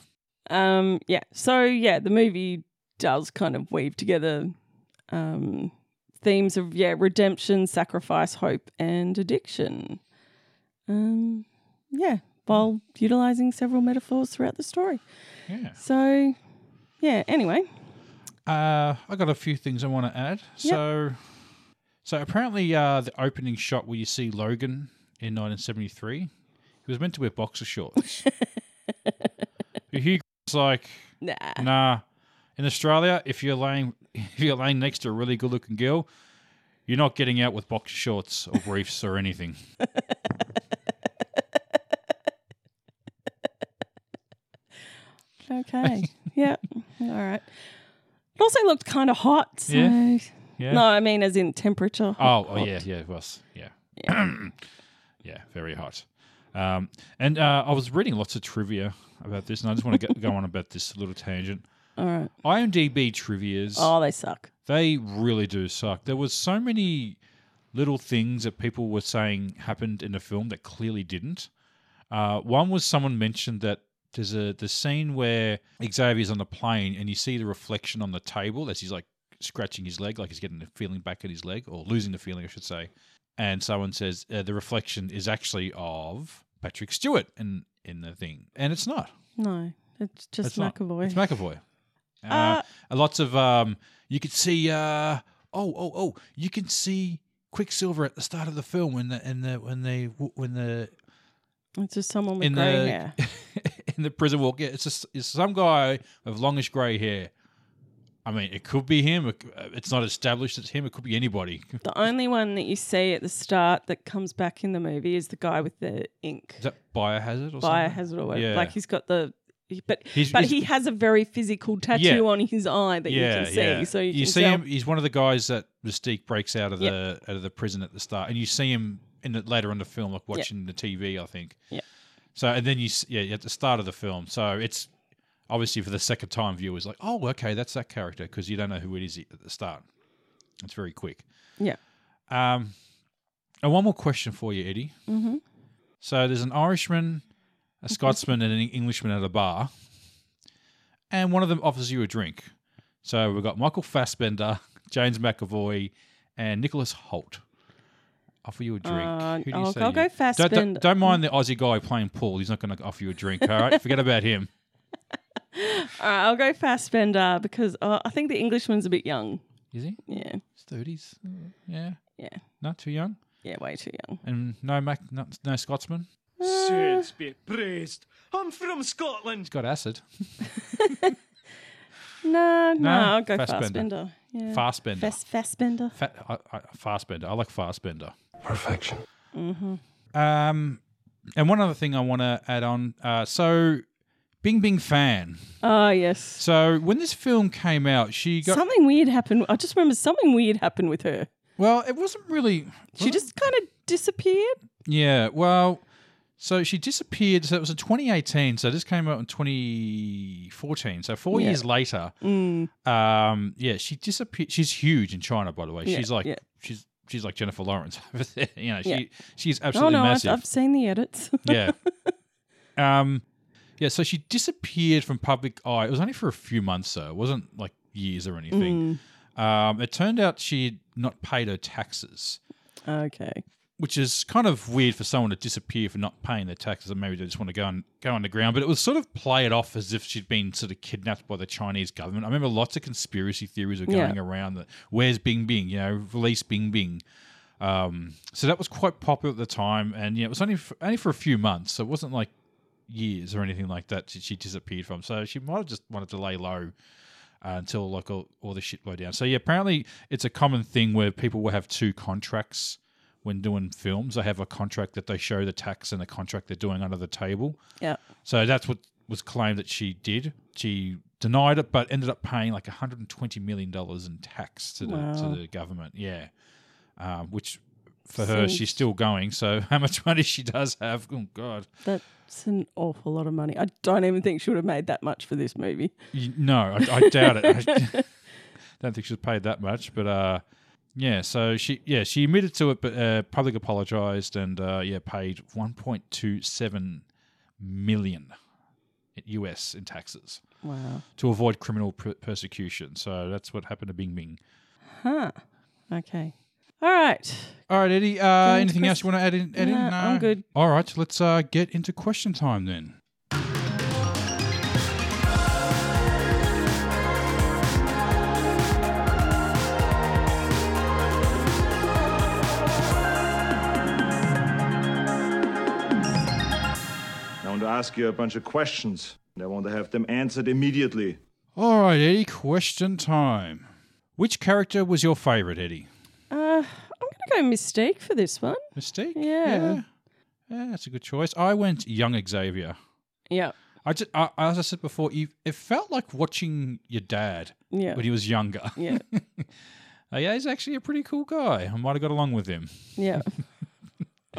Speaker 2: Um, yeah. So yeah, the movie does kind of weave together um, themes of yeah redemption, sacrifice, hope, and addiction. Um, yeah, while utilizing several metaphors throughout the story.
Speaker 1: Yeah.
Speaker 2: So yeah.
Speaker 1: (laughs)
Speaker 2: Anyway,
Speaker 1: Uh, I got a few things I want to add. So, so apparently, uh, the opening shot where you see Logan in 1973, he was meant to wear boxer shorts. But Hugh Grant's like,
Speaker 2: nah.
Speaker 1: nah. In Australia, if you're laying if you're laying next to a really good looking girl, you're not getting out with boxer shorts or briefs or anything. (laughs)
Speaker 2: Okay. yeah. All right. It also looked kind of hot. So.
Speaker 1: Yeah. Yeah.
Speaker 2: No, I mean as in temperature.
Speaker 1: Oh, oh yeah, yeah, it was. Yeah. Yeah, (clears throat) very hot. Um, and uh, I was reading lots of trivia about this, and I just want to go on about this little tangent.
Speaker 2: All right.
Speaker 1: IMDb trivia's.
Speaker 2: Oh, they suck.
Speaker 1: they really do suck. There was so many little things that people were saying happened in the film that clearly didn't. Uh, one was someone mentioned that there's a the scene where Xavier's on the plane and you see the reflection on the table as he's like scratching his leg, like he's getting the feeling back at his leg or losing the feeling, I should say. And someone says uh, the reflection is actually of Patrick Stewart in in the thing, and it's not.
Speaker 2: No, it's just
Speaker 1: It's not.
Speaker 2: McAvoy.
Speaker 1: It's
Speaker 2: (laughs)
Speaker 1: McAvoy. Uh, lots of um, you could see. Uh, oh, oh, oh! You can see Quicksilver at the start of the film when the and the when they when the
Speaker 2: it's just someone with
Speaker 1: in
Speaker 2: grey
Speaker 1: (laughs) the
Speaker 2: hair.
Speaker 1: in the prison walk. Yeah, it's just it's some guy with longish grey hair. I mean, it could be him. it c- uh, It's not established it's him. It could be anybody.
Speaker 2: The only one that you see at the start that comes back in the movie is the guy with the ink.
Speaker 1: Is that biohazard or something?
Speaker 2: Biohazard or whatever.
Speaker 1: Yeah.
Speaker 2: Like he's got the. he- But
Speaker 1: He's-
Speaker 2: but
Speaker 1: he's-
Speaker 2: he has a very physical tattoo
Speaker 1: Yeah.
Speaker 2: on his eye that you can see. So you, can
Speaker 1: see
Speaker 2: tell.
Speaker 1: him. He's one of the guys that Mystique breaks out of
Speaker 2: Yep.
Speaker 1: the out of the prison at the start, and you see him in the, later on the film, like watching the TV, I think.
Speaker 2: Yep.
Speaker 1: So and then you s- yeah at the start of the film, so it's obviously for the second time viewers like oh okay that's that character because you don't know who it is at the start. It's very quick.
Speaker 2: Yeah.
Speaker 1: Um, and one more question for you, Eddie. Mm-hmm. So there's an Irishman, a Scotsman, and an Englishman at a bar, and one of them offers you a drink. So we've got Michael Fassbender, (laughs) James McAvoy, and Nicholas Holt. Offer you a drink.
Speaker 2: Uh,
Speaker 1: Who do you
Speaker 2: I'll-
Speaker 1: say
Speaker 2: I'll
Speaker 1: you-
Speaker 2: go
Speaker 1: Don't- Don't,
Speaker 2: Fassbender.
Speaker 1: don't, mind the Aussie guy playing Paul. He's not going to offer you a drink. All right, forget about
Speaker 2: (laughs)
Speaker 1: him.
Speaker 2: All right, "Uh, I'll go Fassbender because uh, I think the Englishman's a bit young.
Speaker 1: Is he?
Speaker 2: Yeah,
Speaker 1: His thirties. Yeah,
Speaker 2: yeah,
Speaker 1: not too young.
Speaker 2: yeah, way too young.
Speaker 1: And no Mac, not, no Scotsman.
Speaker 2: Uh.
Speaker 8: Saints be praised. I'm from Scotland.
Speaker 1: He's got acid.
Speaker 2: No, no,
Speaker 1: No,
Speaker 2: I'll go
Speaker 1: Fassbender.
Speaker 2: Fassbender. Yeah.
Speaker 1: Fassbender.
Speaker 2: Fass- Fassbender.
Speaker 1: Fat, I, I, Fassbender. I like Fassbender.
Speaker 5: Perfection.
Speaker 2: Mm-hmm.
Speaker 1: Um, and one other thing I want to add on. Uh, so, Bing Bing fan.
Speaker 2: Oh yes.
Speaker 1: So when this film came out, she got
Speaker 2: Something weird happened. I just remember something weird happened with her.
Speaker 1: well. It wasn't really.
Speaker 2: She just kind of disappeared.
Speaker 1: Yeah. Well, so she disappeared. So it was in 2018. So this came out in 2014. So four
Speaker 2: Yeah. Mm.
Speaker 1: years later. Um. Yeah. She disappeared. She's huge in China, by the way.
Speaker 2: Yeah,
Speaker 1: she's like
Speaker 2: yeah.
Speaker 1: she's she's like Jennifer Lawrence (laughs) over there. You know. She
Speaker 2: Yeah.
Speaker 1: she's
Speaker 2: Oh
Speaker 1: absolutely
Speaker 2: no, I've,
Speaker 1: massive.
Speaker 2: I've seen the edits. (laughs)
Speaker 1: Yeah. (laughs) um, yeah. So she disappeared from public eye. It was only for a few months, though. It wasn't like years or anything. Um, it turned out she'd not paid her taxes,
Speaker 2: okay.
Speaker 1: which is kind of weird for someone to disappear for not paying their taxes, and maybe they just want to go on go underground. But it was sort of play it off as if she'd been sort of kidnapped by the Chinese government. I remember lots of conspiracy theories were
Speaker 2: Yeah.
Speaker 1: going around that where's Bing Bing? You know, release Bing Bing. Um, so that was quite popular at the time, and yeah, it was only for, only for a few months, so it wasn't like years or anything like that. She, she disappeared from, so she might have just wanted to lay low uh, until like all, all the shit blew down. So yeah, apparently it's a common thing where people will have two contracts when doing films. They have a contract that they show the tax and the contract they're doing under the table.
Speaker 2: Yeah.
Speaker 1: So that's what was claimed that she did. She denied it, but ended up paying like 120 million dollars in tax to the
Speaker 2: Wow.
Speaker 1: to the government. Yeah, um, which for her,
Speaker 2: Seems-
Speaker 1: she's still going. So (laughs) how much money she does have? Oh God,
Speaker 2: That's an awful lot of money. I don't even think she would have made that much for this movie.
Speaker 1: You- no, I, I doubt it.
Speaker 2: (laughs)
Speaker 1: I (laughs) don't think she's paid that much, but. uh yeah, so she yeah she admitted to it, but uh, public apologized and uh, yeah paid one point two seven million U.S. in taxes.
Speaker 2: Wow.
Speaker 1: to avoid criminal per- persecution. So that's what happened to Bing Bing.
Speaker 2: Huh. Okay. All right.
Speaker 1: All right, Eddie. Uh,
Speaker 2: into
Speaker 1: anything else you want to add in? Add in?
Speaker 2: No, I'm good.
Speaker 1: All right, let's uh, get into question time then.
Speaker 8: I want to ask you a bunch of questions, and I want to have them answered immediately.
Speaker 1: All right, Eddie. Question time. Which character was your favorite, Eddie?
Speaker 2: Uh, I'm going to go Mystique for this one.
Speaker 1: Mystique.
Speaker 2: Yeah.
Speaker 1: yeah. Yeah, that's a good choice. I went young Xavier.
Speaker 2: Yeah.
Speaker 1: I just, I, as I said before, you, it felt like watching your dad
Speaker 2: Yeah.
Speaker 1: when he was younger.
Speaker 2: Yeah.
Speaker 1: (laughs) Uh, yeah, he's actually a pretty cool guy. I might have got along with him.
Speaker 2: Yeah.
Speaker 1: (laughs)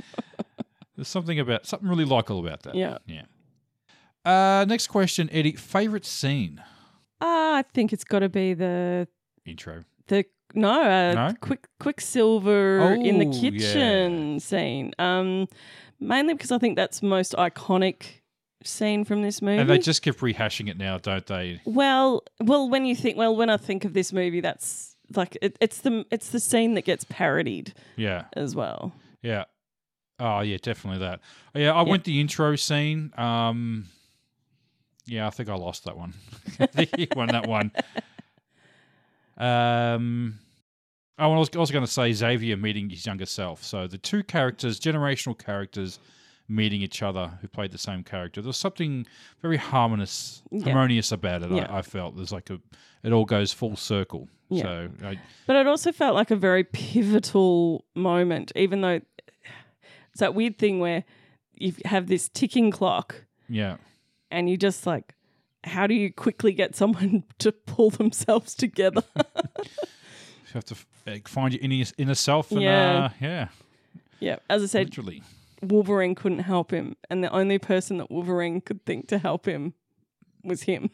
Speaker 1: There's something about something really likable about that.
Speaker 2: Yeah.
Speaker 1: Yeah. Uh, next question, Eddie. Favorite scene?
Speaker 2: Uh, I think it's got to be the
Speaker 1: Intro.
Speaker 2: the no, uh,
Speaker 1: No?
Speaker 2: quick quicksilver in the
Speaker 1: Oh, yeah.
Speaker 2: kitchen scene. Um, mainly because I think that's the most iconic scene from this movie.
Speaker 1: And they just keep rehashing it now, don't they?
Speaker 2: well, well, when you think, well, when I think of this movie, that's like it, it's the it's the scene that gets parodied
Speaker 1: Yeah.
Speaker 2: as well.
Speaker 1: Yeah. Oh yeah, definitely that. Yeah, I went the intro scene. Um Yeah, I think I lost that one. (laughs) I think you won that one. Um Oh, and I was also going to say Xavier meeting his younger self. So the two characters, generational characters, meeting each other who played the same character. There's something very harmonious, harmonious about it.
Speaker 2: Yeah.
Speaker 1: I, I felt there's like a, it all goes full circle.
Speaker 2: Yeah.
Speaker 1: So I,
Speaker 2: But it also felt like a very pivotal moment, even though it's that weird thing where you have this ticking clock
Speaker 1: yeah,
Speaker 2: and you just like, how do you quickly get someone (laughs) to pull themselves together?
Speaker 1: you have to f- find your inner inner self. And,
Speaker 2: Yeah.
Speaker 1: Uh, yeah.
Speaker 2: yeah. As I said,
Speaker 1: Literally.
Speaker 2: Wolverine couldn't help him. And the only person that Wolverine could think to help him was him.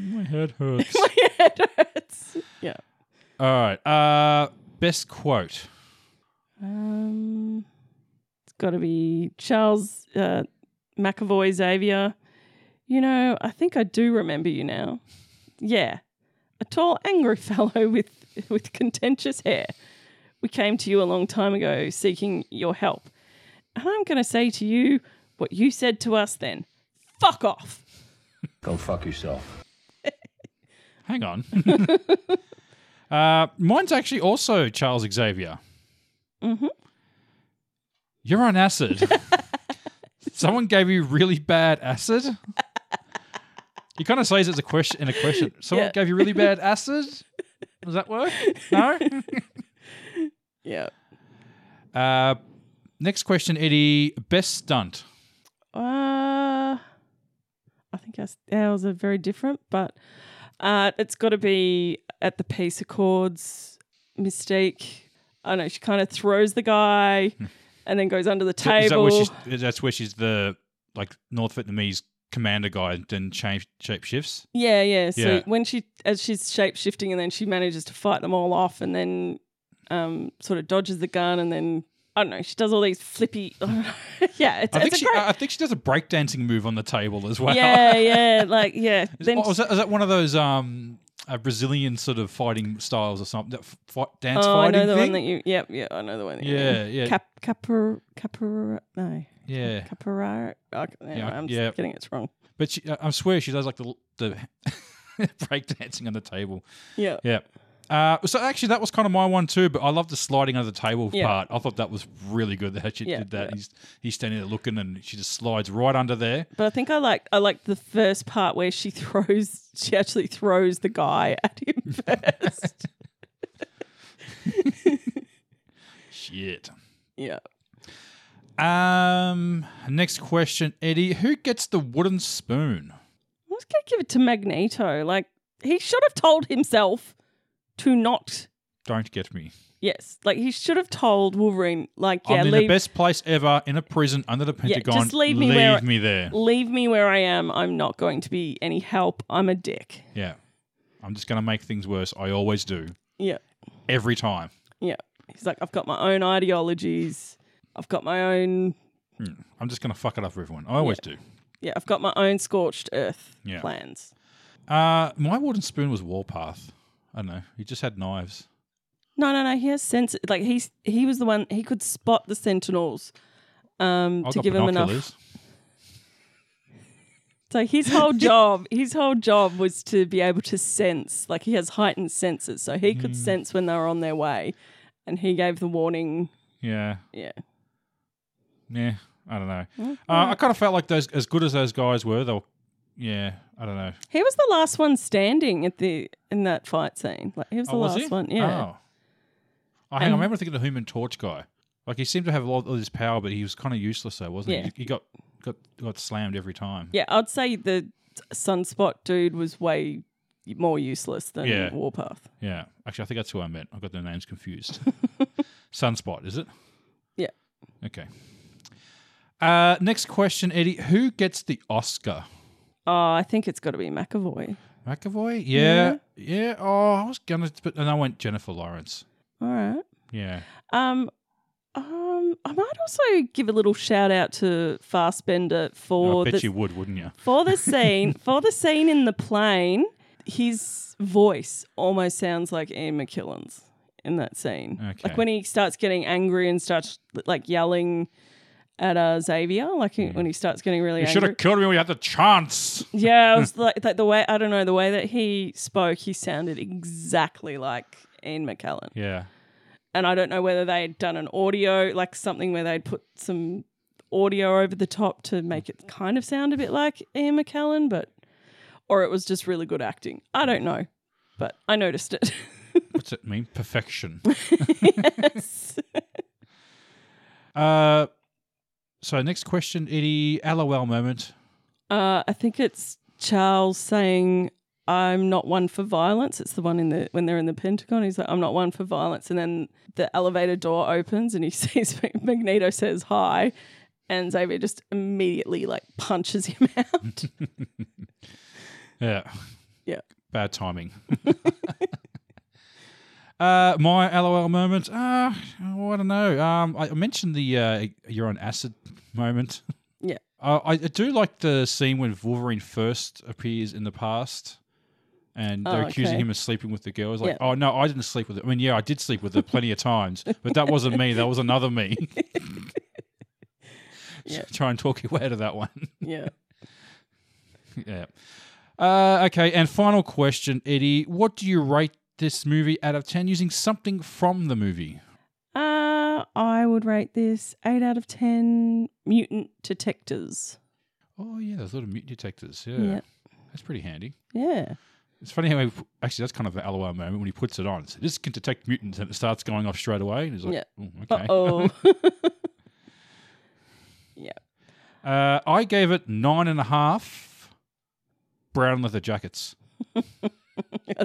Speaker 1: My head
Speaker 2: (laughs)
Speaker 1: hurts.
Speaker 2: It hurts. Yeah.
Speaker 1: All right. Uh, best quote.
Speaker 2: Um, it's got to be Charles uh, McAvoy Xavier. You know, I think I do remember you now. Yeah, a tall, angry (laughs) fellow with with contentious hair. We came to you a long time ago seeking your help, and I'm going to say to you what you said to us then. Fuck off.
Speaker 9: Go fuck yourself.
Speaker 1: Hang on. (laughs) uh, mine's actually also Charles Xavier.
Speaker 2: Mhm.
Speaker 1: You're on
Speaker 2: (laughs)
Speaker 1: acid. Someone gave you really bad acid. He kind of says it's a question in a question. Someone
Speaker 2: Yeah.
Speaker 1: gave you really bad acid. Does that work? No.
Speaker 2: (laughs) Yeah.
Speaker 1: uh, next question, Eddie. Best stunt.
Speaker 2: Uh, I think ours- ours are very different, but uh, it's got to be at the Peace Accords mistake. I don't know. She kind of throws the guy and then goes under the
Speaker 1: Th-
Speaker 2: table.
Speaker 1: Hmm. Is that where she's? is- That's where she's the like North Vietnamese commander guy, and then change shape shifts.
Speaker 2: yeah, yeah. So
Speaker 1: Yeah.
Speaker 2: when she, as she's shape shifting, and then she manages to fight them all off, and then um, sort of dodges the gun, and then I don't know. She does all these flippy. (laughs) yeah, it's,
Speaker 1: I think
Speaker 2: it's a
Speaker 1: she. uh,
Speaker 2: great.
Speaker 1: I think she does a breakdancing move on the table as well. (laughs)
Speaker 2: (laughs) yeah, yeah, like yeah.
Speaker 1: Is,
Speaker 2: Then
Speaker 1: oh, is that, is that one of those um uh, Brazilian sort of fighting styles or something? That f- fight, dance
Speaker 2: Oh, I
Speaker 1: fighting
Speaker 2: know the
Speaker 1: thing.
Speaker 2: one that you. Yeah, yeah, I know the one. That
Speaker 1: Yeah,
Speaker 2: you,
Speaker 1: yeah.
Speaker 2: Cap, capar, capar, no,
Speaker 1: yeah,
Speaker 2: caparara. Oh, anyway,
Speaker 1: Yeah,
Speaker 2: I'm
Speaker 1: yeah.
Speaker 2: getting it wrong.
Speaker 1: but she, I I swear she does like the the (laughs) breakdancing on the table.
Speaker 2: Yeah,
Speaker 1: Yeah. Uh, so actually, that was kind of my one too. But I love the sliding under the table
Speaker 2: Yeah.
Speaker 1: part. I thought that was really good that she
Speaker 2: Yeah,
Speaker 1: did that.
Speaker 2: yeah.
Speaker 1: He's he's standing there looking, and she just slides right under there.
Speaker 2: but I think I like I like the first part where she (laughs) throws. She actually throws the guy (laughs) at
Speaker 1: (laughs)
Speaker 2: him first.
Speaker 1: Shit.
Speaker 2: yeah.
Speaker 1: Um. Next question, Eddie. Who gets the wooden spoon?
Speaker 2: I was gonna give it to Magneto. Like he should have told himself to not.
Speaker 1: Don't get me.
Speaker 2: Yes, like he should have told Wolverine. Like yeah,
Speaker 1: I'm in the
Speaker 2: leave
Speaker 1: best place ever in a prison under the Pentagon.
Speaker 2: just leave me where-
Speaker 1: me there.
Speaker 2: leave me where I am. I'm not going to be any help. I'm a dick.
Speaker 1: Yeah. I'm just gonna make things worse. I always do.
Speaker 2: Yeah.
Speaker 1: Every time.
Speaker 2: Yeah. He's like, I've got my own ideologies. I've got my own,
Speaker 1: I'm just gonna fuck it up for everyone. I always
Speaker 2: yeah, I've got my own scorched earth
Speaker 1: Yeah.
Speaker 2: plans.
Speaker 1: do. Uh, my wooden spoon was Warpath. I don't know. He just had knives.
Speaker 2: No, no, no. He has sense. Like he's he was the one he could spot the sentinels. Um,
Speaker 1: I
Speaker 2: to
Speaker 1: got
Speaker 2: give him enough.
Speaker 1: binoculars.
Speaker 2: So his
Speaker 1: (laughs)
Speaker 2: whole job, his whole job was to be able to sense. Like he has heightened senses, so he
Speaker 1: Hmm.
Speaker 2: could sense when they were on their way, and he gave the warning.
Speaker 1: Yeah.
Speaker 2: Yeah,
Speaker 1: Yeah. I don't know. Uh, I kind of felt like those as good as those guys were. They were. Yeah. I don't know.
Speaker 2: he was the last one standing at the in that fight scene. Like he was the
Speaker 1: Oh, was
Speaker 2: last
Speaker 1: he?
Speaker 2: one. Yeah,
Speaker 1: Oh. I, hang on, I remember thinking of the Human Torch guy. Like he seemed to have a lot of this power, but he was kind of useless, though, wasn't
Speaker 2: Yeah.
Speaker 1: he? He got got got slammed every time.
Speaker 2: Yeah, I'd say the sunspot dude was way more useless than
Speaker 1: Yeah.
Speaker 2: Warpath.
Speaker 1: Yeah. Actually, I think that's who I meant. I got their names
Speaker 2: (laughs)
Speaker 1: confused. Sunspot, is it?
Speaker 2: Yeah.
Speaker 1: Okay. Uh, next question, Eddie. Who gets the Oscar?
Speaker 2: Oh, I think it's got to be McAvoy.
Speaker 1: McAvoy? Yeah. Yeah. Oh, I was going to, but and I went Jennifer Lawrence.
Speaker 2: All right.
Speaker 1: Yeah.
Speaker 2: Um, um, I might also give a little shout out to Fastbender
Speaker 1: Oh, I
Speaker 2: for
Speaker 1: bet
Speaker 2: the
Speaker 1: you would, wouldn't you?
Speaker 2: (laughs) for the scene for the scene in the plane. His voice almost sounds like Ian McKellen's in that scene.
Speaker 1: Okay.
Speaker 2: Like when he starts getting angry and starts like yelling at uh, Xavier. Like he- when he starts getting really
Speaker 1: Mm. You should
Speaker 2: angry.
Speaker 1: have killed me when you had the chance.
Speaker 2: Yeah, it was like that. The way I don't know the way that he spoke, he sounded exactly like Ian McKellen.
Speaker 1: Yeah.
Speaker 2: and I don't know whether they had done an audio, like something where they'd put some audio over the top to make it kind of sound a bit like Ian McKellen, but or it was just really good acting. I don't know, but I noticed it. (laughs)
Speaker 1: What's it mean? Perfection.
Speaker 2: yes.
Speaker 1: Uh, so next question, Eddie. LOL moment.
Speaker 2: Uh, I think it's Charles saying, "I'm not one for violence." It's the one in the when they're in the Pentagon. He's like, "I'm not one for violence," and then the elevator door opens and he (laughs) sees Magneto says hi, and Xavier just immediately like punches him (laughs) out.
Speaker 1: Yeah.
Speaker 2: Yeah.
Speaker 1: Bad
Speaker 2: (laughs)
Speaker 1: timing. (laughs) uh, my LOL moment. Uh, oh, I don't know. Um, I I mentioned the uh, you're on acid moment.
Speaker 2: Yeah.
Speaker 1: Uh, I I do like the scene when Wolverine first appears in the past. And they're
Speaker 2: Oh,
Speaker 1: accusing
Speaker 2: okay.
Speaker 1: him of sleeping with the girl. It's like,
Speaker 2: Yeah.
Speaker 1: oh no, I didn't sleep with her. I mean, yeah, I did sleep with her plenty of times, but that wasn't me. That was another me.
Speaker 2: (laughs) Yeah.
Speaker 1: (laughs) Try and talk your way out of that one.
Speaker 2: yeah.
Speaker 1: Yeah. Uh, okay, and final question, Eddie. What do you rate this movie out of 10 using something from the movie?
Speaker 2: Uh, I would rate this 8 out of 10 mutant detectors.
Speaker 1: Oh, yeah, those little mute detectors. Yeah.
Speaker 2: Yeah.
Speaker 1: That's pretty handy.
Speaker 2: Yeah.
Speaker 1: It's funny how he, actually that's kind of an LOL moment when he puts it on. So this can detect mutants and it starts going off straight away. And he's like,
Speaker 2: Yeah.
Speaker 1: "Oh, okay. (laughs)
Speaker 2: Oh. (laughs)
Speaker 1: Uh, I gave it nine and a half brown leather jackets.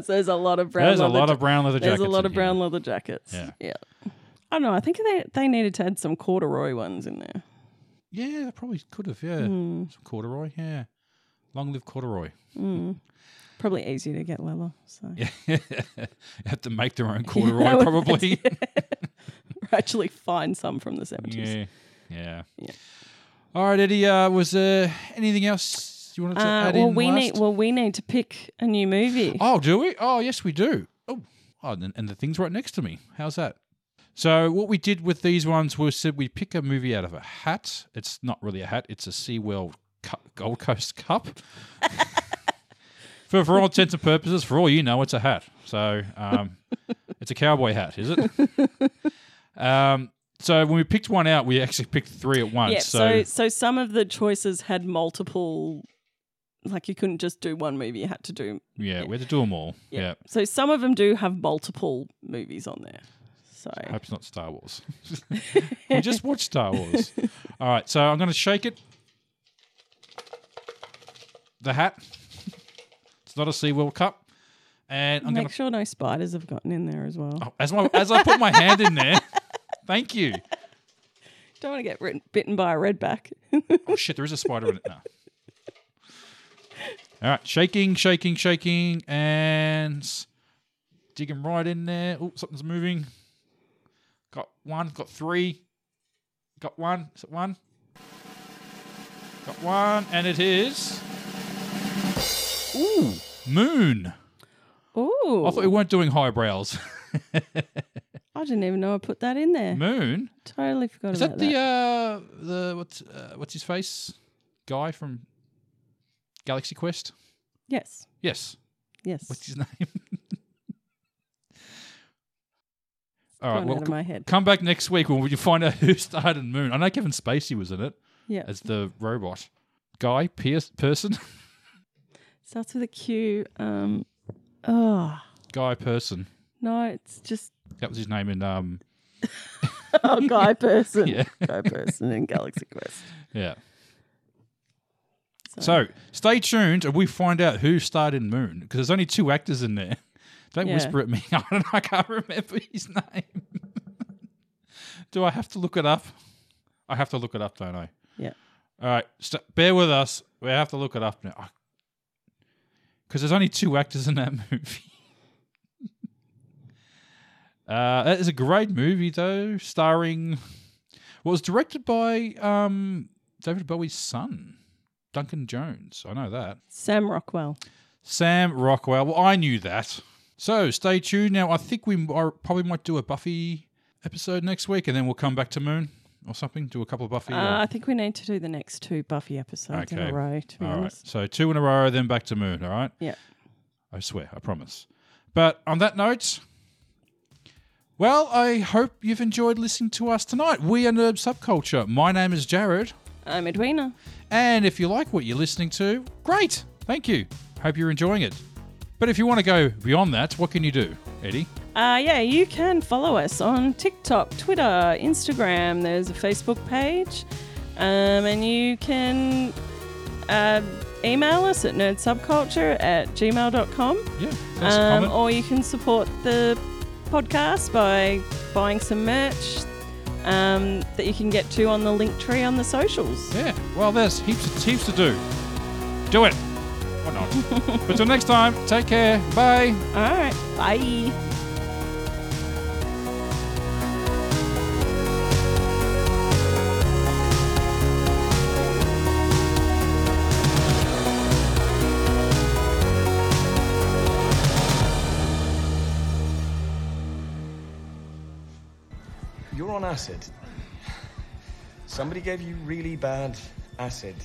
Speaker 2: there's a lot of brown
Speaker 1: There's a
Speaker 2: leather
Speaker 1: lot
Speaker 2: ja-
Speaker 1: of brown leather
Speaker 2: There's
Speaker 1: jackets.
Speaker 2: a lot
Speaker 1: in
Speaker 2: of
Speaker 1: here.
Speaker 2: brown leather jackets.
Speaker 1: Yeah.
Speaker 2: I don't know. I think they they needed to add some corduroy ones in there.
Speaker 1: Yeah, they probably could have. Yeah.
Speaker 2: Hmm.
Speaker 1: Some corduroy. Yeah. Long live corduroy.
Speaker 2: Probably easy to get leather. So (laughs)
Speaker 1: have to make their own corduroy, probably.
Speaker 2: actually find some from the 70s.
Speaker 1: (laughs) Yeah. yeah.
Speaker 2: Yeah.
Speaker 1: All right, Eddie. Uh, was there anything else you wanted to
Speaker 2: Uh,
Speaker 1: add
Speaker 2: well,
Speaker 1: in?
Speaker 2: we
Speaker 1: last?
Speaker 2: need well we need to pick a new movie.
Speaker 1: Oh, do we? Oh, yes, we do. Oh, oh and, and the thing's right next to me. How's that? So, what we did with these ones was said we pick a movie out of a hat. It's not really a hat, it's a SeaWorld cu- Gold Coast Cup. (laughs) for, for all intents and purposes, for all you know, it's a hat. So, um, (laughs) it's a cowboy hat, is it? um, so, when we picked one out, we actually picked three at once.
Speaker 2: yeah, so so some of the choices had multiple like you couldn't just do one movie, you had to do
Speaker 1: yeah, we had to do them all. Yeah.
Speaker 2: So some of them do have multiple movies on there. So
Speaker 1: I hope it's not Star Wars. (laughs) we just watched Star Wars. All right, so I'm going to shake it. The hat. It's not a SeaWorld Cup. And I'm Oh.
Speaker 2: make
Speaker 1: going to.
Speaker 2: sure no spiders have gotten in there as well.
Speaker 1: (laughs) As, my, as I put my hand in there, thank you.
Speaker 2: Don't want to get written, bitten by a redback.
Speaker 1: Oh, shit, there is a spider in it now. All right, shaking, shaking, shaking, and s- dig him right in there. Oh, something's moving. Got one, got three, got one. Is it one? Got one, and it is. Ooh, moon.
Speaker 2: Ooh,
Speaker 1: I thought we weren't doing highbrows. (laughs)
Speaker 2: I didn't even know I put that in there.
Speaker 1: moon.
Speaker 2: Totally forgot
Speaker 1: Is
Speaker 2: about
Speaker 1: that
Speaker 2: that.
Speaker 1: the uh the what's uh, what's his face guy from Galaxy Quest?
Speaker 2: yes,
Speaker 1: Yes.
Speaker 2: yes.
Speaker 1: What's his (laughs) name? All right,
Speaker 2: Gone
Speaker 1: well,
Speaker 2: out of
Speaker 1: c-
Speaker 2: my head.
Speaker 1: come back next week when you find out who started Moon. I know Kevin Spacey was in it
Speaker 2: Yeah,
Speaker 1: as the robot guy, Pierce person, (laughs)
Speaker 2: starts with a Q. Um, oh
Speaker 1: guy person.
Speaker 2: no, it's just
Speaker 1: That was his name in um
Speaker 2: (laughs) oh guy person,
Speaker 1: Yeah.
Speaker 2: (laughs) guy person in Galaxy Quest.
Speaker 1: yeah. So stay tuned and we find out who starred in Moon because there's only two actors in there. (laughs) Don't
Speaker 2: Yeah.
Speaker 1: whisper at me. (laughs) I don't. I can't remember his name. (laughs) Do I have to look it up? I have to look it up, don't I?
Speaker 2: Yeah.
Speaker 1: All right, st- bear with us. We have to look it up now. I because there's only two actors in that (laughs) movie. uh, that is a great movie though, starring well, it was directed by um, David Bowie's son, Duncan Jones. I know that.
Speaker 2: Sam Rockwell.
Speaker 1: Sam Rockwell. Well, I knew that. So stay tuned. Now I think we are, probably might do a Buffy episode next week, and then we'll come back to Moon or something. Do a couple of Buffy. or-
Speaker 2: Uh, I think we need to do the next two Buffy episodes in
Speaker 1: Okay.
Speaker 2: a row, to be
Speaker 1: all right.
Speaker 2: honest.
Speaker 1: So two in a row, then back to Moon. All right.
Speaker 2: Yeah.
Speaker 1: I swear, I promise. But on that note, well, I hope you've enjoyed listening to us tonight. We are Nerd Subculture. My name is Jared.
Speaker 2: I'm Edwina.
Speaker 1: And if you like what you're listening to, great. Thank you. Hope you're enjoying it. But if you want to go beyond that, what can you do, Eddie?
Speaker 2: Uh, yeah, you can follow us on TikTok, Twitter, Instagram. There's a Facebook page. Um, and you can uh, email us at nerdsubculture at gmail.com.
Speaker 1: Yeah, that's a
Speaker 2: Um,
Speaker 1: comment.
Speaker 2: or you can support the podcast by buying some merch um, that you can get to on the link tree on the socials.
Speaker 1: Yeah, well, there's heaps and heaps to do. Do it. Or not.
Speaker 2: (laughs)
Speaker 1: but till next time, take care. Bye.
Speaker 2: All right, bye.
Speaker 5: You're on acid. Somebody gave you really bad acid.